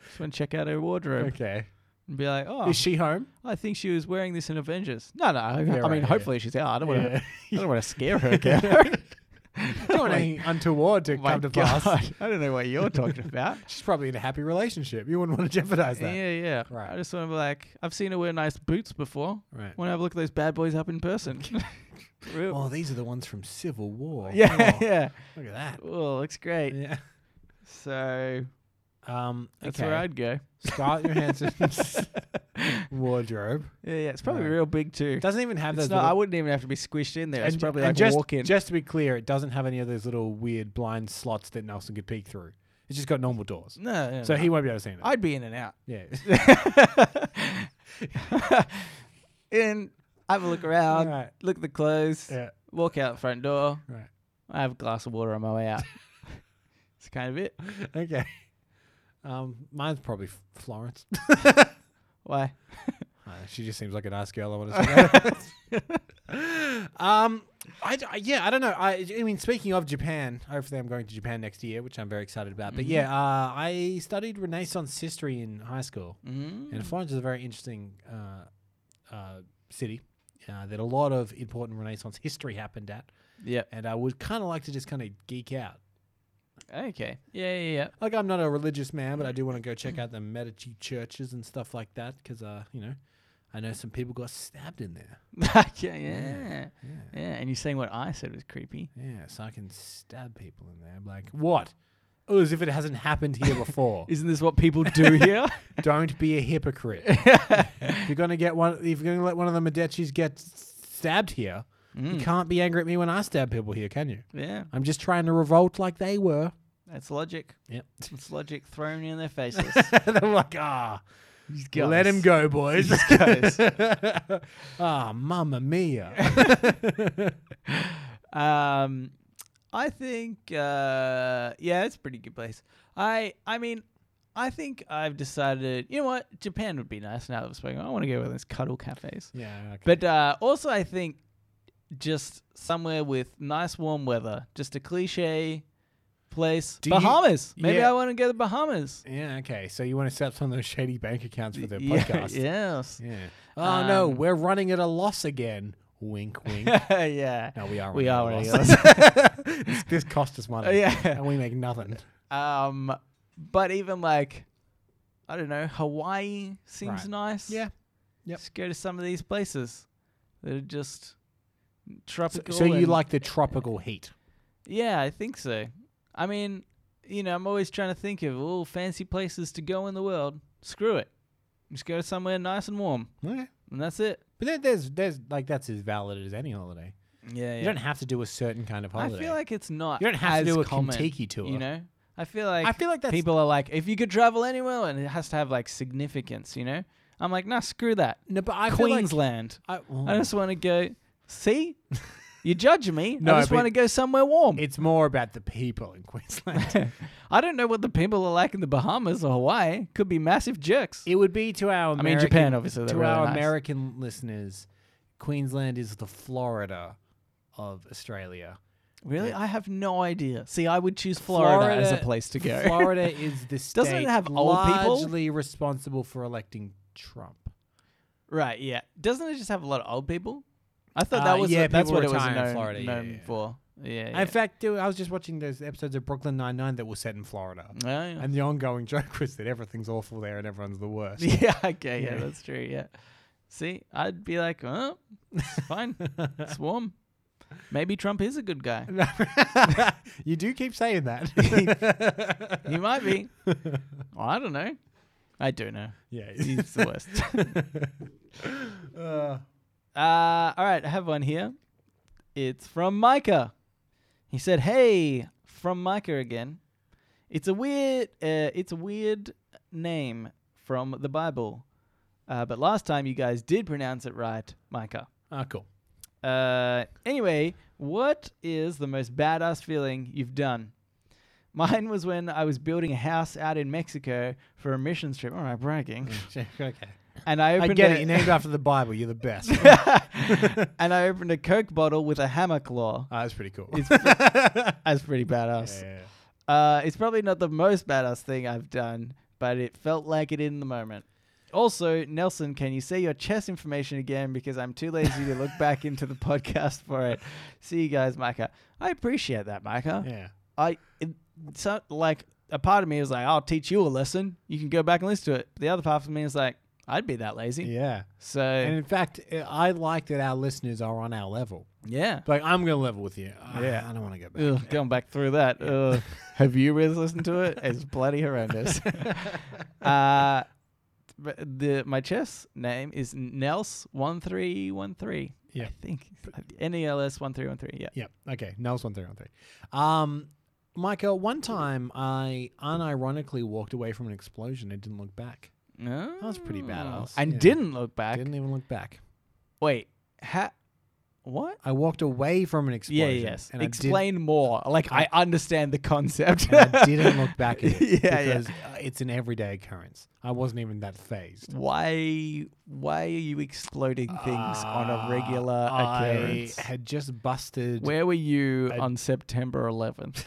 Just want to check out her wardrobe
Okay.
and be like, oh,
Is she home?
I think she was wearing this in Avengers. No, no. I, I
right,
mean,
yeah.
hopefully she's out. I don't want to.
<laughs> Yeah.
I
Oh
don't want to scare
<laughs>
her. Gary.
Don't <laughs> want anything untoward
<laughs>
to
My
come to pass.
God, I don't know what you're
<laughs>
talking about.
She's probably in a happy relationship. You wouldn't want to jeopardize that.
Yeah, yeah.
Right.
I just want to be like, I've seen her wear nice boots before.
Right.
Want to have a look at those bad boys up in person? Real- <laughs>
Oh, these are the ones from Civil <laughs> War.
yeah, <laughs>
Oh,
yeah.
Look at that.
Oh, looks great.
Yeah.
So
Um,
that's
okay.
where I'd go. <laughs>
Scarlett Johansson's wardrobe
Yeah, yeah. It's probably
Right.
real big too.
doesn't even have
It's
those.
not, I
little-
wouldn't even have to be squished in there.
and,
it's probably
and
like
just,
walk in.
just to be clear, it doesn't have any of those little weird blind slots that Nelson could peek through. It's just got normal doors,
no, no, no.
so he won't be able to see it.
I'd be in and out. <laughs>
yeah.
in, have a look
<laughs>
around,
Right.
look at the clothes,
yeah.
walk out the front door.
Right.
I have a glass of water on my way out. <laughs> It's kind of it.
Okay. <laughs> Um, mine's probably F- Florence.
Why?
Uh, she just seems like a nice girl. I want to say. um, I, d- I- yeah, I don't know. I, I mean, speaking of Japan, hopefully I'm going to Japan next year, which I'm very excited about. But yeah, uh, I studied Renaissance history in high school,
Mm.
and Florence is a very interesting uh, uh, city uh, that a lot of important Renaissance history happened at.
Yeah.
And I would kind of like to just kind of geek out.
Okay. Yeah, yeah, yeah.
Like I'm not a religious man, but I do want to go check out the Medici churches and stuff like that because, uh, you know, I know some people got stabbed in there.
<laughs> okay, yeah. yeah. And you're saying what I said was creepy.
Yeah, so I can stab people in there. I'm like, what? Oh, as if it hasn't happened here
<laughs>
before.
Isn't this what people <laughs> do here?
Don't be a hypocrite. if you're gonna get one, if you're gonna let one of the Medici's get s- stabbed here,
Mm.
you can't be angry at me when I stab people here, can you?
yeah.
I'm just trying to revolt like they were.
That's logic.
<laughs> Yep.
It's logic thrown in their faces.
and I'm like, ah,
<laughs> These
let
guys.
him go, boys.
<laughs> Guys.
<laughs> ah, mamma
<laughs>
mia. <laughs>
Um, I think uh, yeah, it's a pretty good place. I I mean, I think I've decided. You know what? Japan would be nice now that we've spoken. I want to go with those cuddle cafes.
yeah. Okay.
But uh, also, I think just somewhere with nice warm weather, just a cliche place.
Do you-
Bahamas. Maybe
Yeah.
I want to go to Bahamas.
yeah. Okay. So you want to set up some of those shady bank accounts for the
<laughs> Yeah,
podcast?
Yes.
Yeah. Oh no,
Um,
we're running at a loss again.
<laughs>
Wink, wink.
yeah.
no, we are.
We
running
are
at a
running
loss. <laughs> this, this cost us money.
Oh, <laughs> yeah.
and we make nothing.
<laughs> Um, but even like, I don't know, Hawaii seems
Right.
nice.
Yeah. Yep.
Let's go to some of these places that are just
So,
tropical.
so you
and-
like the tropical heat?
Yeah, I think so. I mean, you know, I'm always trying to think of all fancy places to go in the world. Screw it. Just go somewhere nice and warm,
Okay.
and that's it.
But then there's there's like that's as valid as any holiday.
Yeah, yeah.
You don't have to do a certain kind of holiday.
I feel like it's not.
You don't have to
as
do a
common,
Kentucky tour.
You know, I feel like
I feel like that's
people are like, if you could travel anywhere, and it has to have like significance. You know, I'm like, nah, screw that.
no, but I feel like-
Queensland.
I, oh, well,
I just want to go. See, you judge me.
<laughs> No,
I just
but-
want to go somewhere warm.
it's more about the people
<laughs>
in Queensland.
I don't know what the people are like in the Bahamas or Hawaii. Could be massive jerks.
it would be to our American,
mean, Japan, obviously,
to
they're really
our
nice.
American listeners, Queensland is the Florida of Australia.
Really, I have no idea. See, I would choose Florida, as a place to go.
<laughs> Florida is the state
Doesn't it have old people?
largely responsible for electing Trump.
<laughs> right? Yeah. Doesn't it just have a lot of old people? I thought
Uh,
that was
yeah,
the- that's
people
what it was
retire in
known,
Florida, yeah,
known
yeah.
for. Yeah. yeah.
In fact, dude, I was just watching those episodes of Brooklyn Nine Nine that were set in Florida,
Oh, yeah. <laughs>
and the ongoing joke was that everything's awful there and everyone's the
<laughs>
worst. <laughs>
Yeah, okay, yeah,
Yeah.
that's true. Yeah. See, I'd be like, oh, it's fine.
<laughs>
it's warm. Maybe Trump is a good guy.
you do keep saying that.
<laughs> He might be. I don't know. I do know.
yeah.
He's <laughs> the worst.
Uh,
Uh, all right, I have one here. It's from Micah. He said, "Hey, from Micah again. It's a weird, uh, it's a weird name from the Bible, uh, but last time you guys did pronounce it right, Micah.
ah, cool.
<laughs> Uh, anyway, what is the most badass feeling you've done? Mine was when I was building a house out in Mexico for a mission trip. All right, bragging.
okay.
And I
I
opened
get
a-
it. You're named after the Bible. You're the best. uh,
<laughs> and I opened a Coke bottle with a hammer claw.
Ah, that's pretty cool.
It's That's pretty badass.
Yeah.
Uh, it's probably not the most badass thing I've done, but it felt like it in the moment. Also, Nelson, can you say your chess information again? Because I'm too lazy to look back into the podcast for it. See you guys, Micah. I appreciate that, Micah. <laughs>
Yeah.
I it, so, like a part of me is like, I'll teach you a lesson. You can go back and listen to it. The other part of me is like, I'd be that lazy.
Yeah.
So
And in fact, uh, I like that our listeners are on our level.
yeah.
Like, I'm going to level with you. Ah,
Yeah.
I don't want to go back.
Ugh, going back through that. Ugh. <laughs> Have you really listened to it? It's bloody
<laughs>
horrendous. <laughs> uh, but the my chess name is Nels one three one three.
Yeah.
I think N E L S one three one three. Yeah.
Yep. Okay. Nels one three one three. Um, Michael, one time I unironically walked away from an explosion and didn't look back.
That
was pretty badass,
Oh. And
yeah.
didn't look back.
Didn't even look back.
Wait, ha- what?
I walked away from an
Yeah,
explosion.
yes.
And
Explain more. Like I understand the concept.
I did,
<laughs>
and I didn't look back at it
Yeah, yeah.
because uh, it's an everyday occurrence. I wasn't even that phased.
why? Why are you exploding things on a regular
Uh, Ah, I
occurrence?
had just busted. <laughs>
Where were you
I-
on September 11th?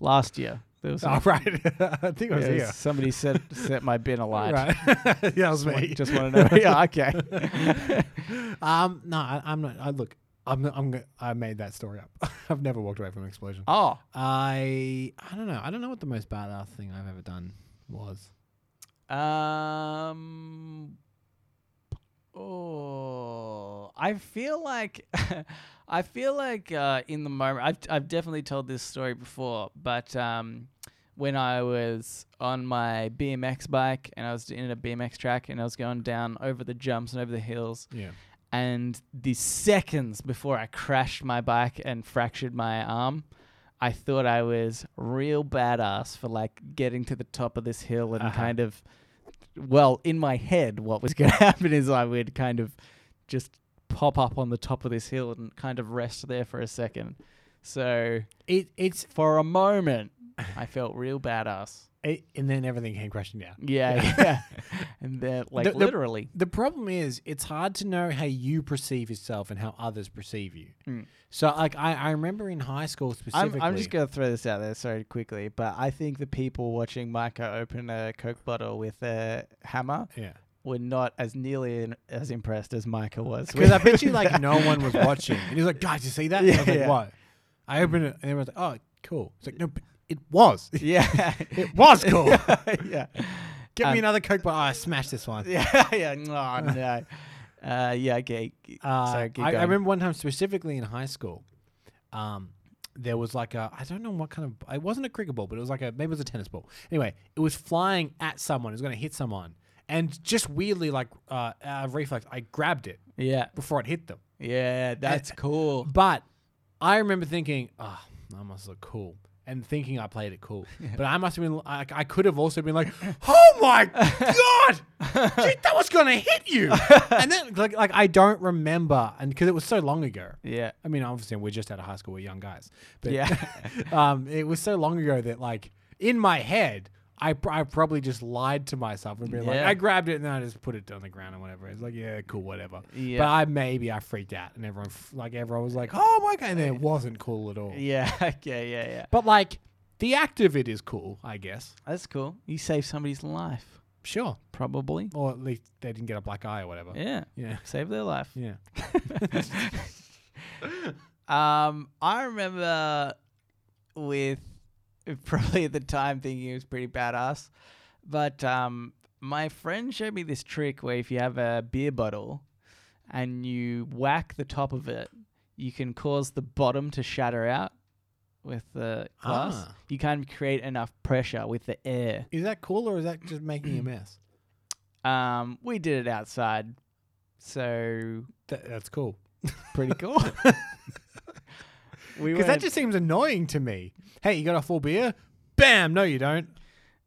Last year. There was,
<laughs> Oh, right. I think I was
there was-
here.
somebody set set my
<laughs>
bin alight.
Right. <laughs> yeah, that was me.
Just want
<laughs>
to know. yeah, okay.
um, no, I, I'm not. I look. I'm. not- I'm. go- I made that story up. <laughs> I've never walked away from an explosion.
oh,
I. I don't know. I don't know what the most badass thing I've ever done was.
um, oh, I feel like, <laughs> I feel like uh, in the moment, I've I've definitely told this story before, but um, when I was on my BMX bike and I was in a BMX track and I was going down over the jumps and over the hills,
Yeah.
and the seconds before I crashed my bike and fractured my arm, I thought I was real badass for like getting to the top of this hill and
Uh-huh.
kind of, well, in my head, what was <laughs> going to happen is I would kind of just pop up on the top of this hill and kind of rest there for a second. So
It. It's.
for a moment,
<laughs>
I felt real badass.
It, and then everything came crashing down.
Yeah, yeah. and then, like,
The- the-
literally.
The problem is, it's hard to know how you perceive yourself and how others perceive you.
Mm.
So, like, I, I remember in high school
I'm,
specifically.
I'm just going to throw this out there, sorry, quickly, but I think the people watching Micah open a Coke bottle with a hammer
Yeah.
were not as nearly in, as impressed as Micah was.
Because I bet you, <laughs> like, no one was watching. And he's like, guys, you see that? And I was
Yeah,
like,
yeah.
what? I opened it, and everyone's like, oh, cool. It's like, no, but it was.
<laughs>
<laughs>
yeah. <laughs>
It was <laughs> cool.
yeah.
Get
Um,
me another Coke, but oh, I smashed this one.
Yeah. <laughs> Yeah.
<laughs>
No, no. Uh, yeah, okay.
Uh,
Sorry, keep
I, I
going.
remember one time specifically in high school, um, there was like a I don't know what kind of it wasn't a cricket ball, but it was like a maybe it was a tennis ball. Anyway, it was flying at someone. It was going to hit someone, and just weirdly, like uh, out of reflex, I grabbed it
Yeah.
before it hit them.
Yeah, that's
<laughs>
cool.
But I remember thinking, oh, I must look cool. And thinking I played
<laughs>
it cool, but I must have been. I, I could have also been like, <laughs> "Oh my god, Gee, that was gonna hit
<laughs>
you!" And then, like, like I don't remember, and because it was so long ago.
Yeah.
I mean, obviously, we're just out of high school. We're young guys. But
Yeah.
<laughs>
<laughs>
um, it was so long ago that, like, in my head, I, pr- I probably just lied to myself and been like,
Yeah.
I grabbed it and then I just put it on the ground and whatever. It's like, yeah, cool, whatever. But
Yeah.
I maybe I freaked out and everyone, f- like, everyone was like, oh my God. And it wasn't cool at all.
Yeah. Okay. Yeah. Yeah.
But, like, the act of it is cool, I guess.
That's cool. You saved somebody's life,
Sure.
probably.
Or at least they didn't get a black eye or whatever.
Yeah.
Yeah.
Save their life.
Yeah.
<laughs> um, I remember with probably at the time thinking it was pretty badass, but um, my friend showed me this trick where if you have a beer bottle and you whack the top of it, you can cause the bottom to shatter out with the glass.
Ah.
You can create enough pressure with the air.
Is that cool or is that just
<clears throat>
making a mess?
Um, we did it outside, so
That, that's cool.
pretty cool.
<laughs>
we
Because that
weren't-
just seems annoying to me. Hey, you got a full beer? Bam! No, you don't.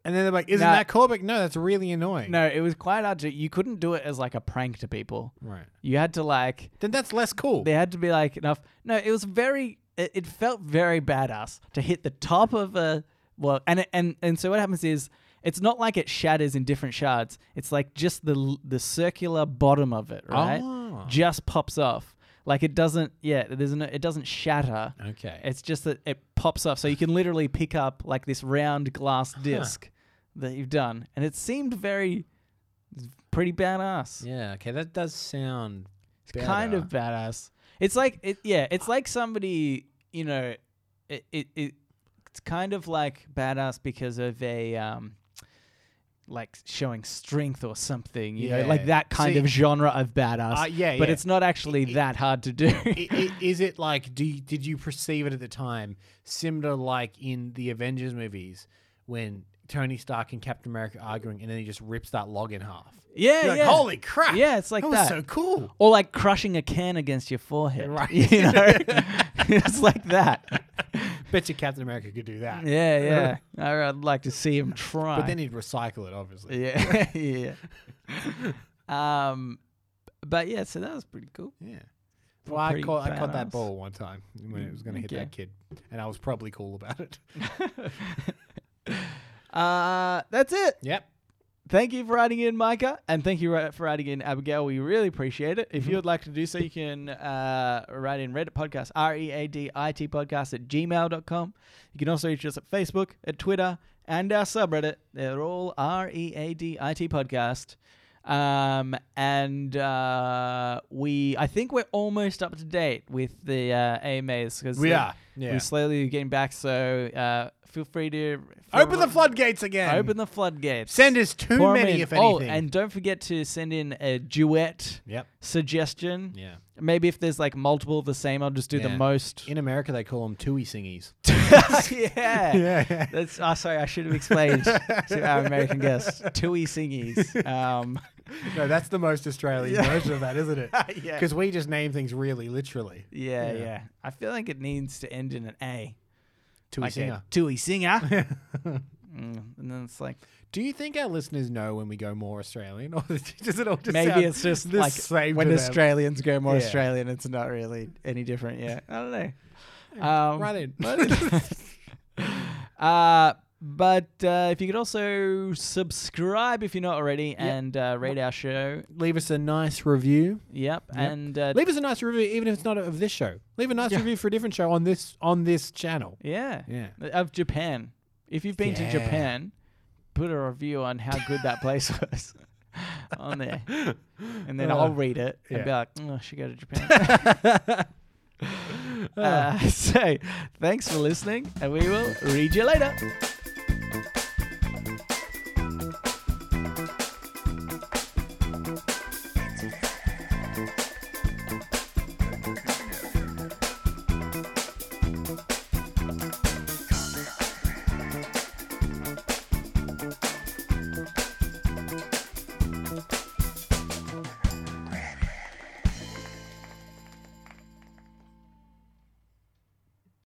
And then they're like, "Isn't
No.
that cool?" Like, no, that's really annoying.
No, it was quite hard to. You couldn't do it as like a prank to people.
Right.
You had to like.
Then that's less cool.
There had to be like enough. No, it was very. It, it felt very badass to hit the top of a well, and it- and and so what happens is it's not like it shatters in different shards. It's like just the l- the circular bottom of it, right?
Ah.
Just pops off. Like it doesn't. Yeah, there's no. It doesn't shatter.
Okay.
It's just that it pops up, so you can literally pick up like this round glass disc that you've done, and it seemed very, pretty badass.
yeah. Okay. That does sound
it's kind of badass. It's like it, yeah. It's like somebody, you know, it, it it it's kind of like badass because of a um, like showing strength or something, you know,
Yeah.
like that kind
See-
of genre of badass.
Uh, yeah,
But
yeah.
it's not actually that hard to do.
I- i- is it like? Do you, did you perceive it at the time similar like in the Avengers movies when Tony Stark and Captain America arguing, and then he just rips that log in half?
<laughs> yeah,
You're like,
yeah.
Holy crap!
Yeah, it's like
that.
that.
Was so cool.
<laughs> Or like crushing a can against your forehead. <laughs>
Right.
You
<laughs>
know? it's like that.
Bet you Captain America could do that.
Yeah,
<laughs>
yeah. I- I'd like to see him try.
But then he'd recycle it, obviously.
yeah, <laughs> yeah. <laughs> Um, but yeah, so that was pretty cool. <laughs>
Yeah. Well, I
pretty
caught, I caught that
badass.
ball one time when it was going to hit
Okay.
that kid, and I was probably cool about it. <laughs>
Uh, that's it.
yep.
Thank you for writing in, Micah, and thank you ri- for writing in, Abigail. We really appreciate it. If
Mm-hmm.
you would like to do so, you can uh, write in Reddit Podcast, R E A D I T Podcast at gmail.com. You can also reach us at Facebook, at Twitter, and our subreddit. They're all R E A D I T Podcast. Um, and uh, we, I think we're almost up to date with the uh, AMAs because
We are, yeah.
We're slowly getting back, so uh, feel free to
Open the floodgates again.
Open the floodgates.
Send us too
Pour 'em
many,
in.
if
Oh,
anything.
and don't forget to send in a duet
yep.
suggestion.
Yeah.
Maybe if there's like multiple of the same, I'll just do the
Yeah.
most.
In America, they call them tooey singies.
<laughs> yeah.
<laughs> Yeah.
That's oh, sorry, I should have explained to our American
<laughs>
guests. Tui singies. Um,
no, that's the most Australian
<laughs>
version of that, isn't it?
Yeah.
Because we just name things really literally.
yeah, yeah, I feel like it needs to end in an A.
Tooey
Like
singer.
a Tui
<laughs>
singer. mm, and then it's like
Do you think our listeners know when we go more Australian, or <laughs> does it all just
maybe
sound
it's just
the
like
same
when
to them?
Australians go more
Yeah.
Australian, it's not really any different. Yeah, I don't know. Um,
Right in. <laughs>
<laughs> uh, but uh, if you could also subscribe if you're not already and uh, rate our show.
Leave us a nice review.
Yep. And uh,
Leave us a nice review, even if it's not of this show. Leave a nice review for a different show on this on this channel.
yeah,
Yeah.
of Japan. If you've been to
Yeah.
Japan, put a review on how good that place <laughs> was on there, and then I'll read it
Uh, yeah.
and be like, "Mm, "I should go to Japan."
<laughs>
<laughs> uh, <laughs> so, thanks for listening, and we will read you later.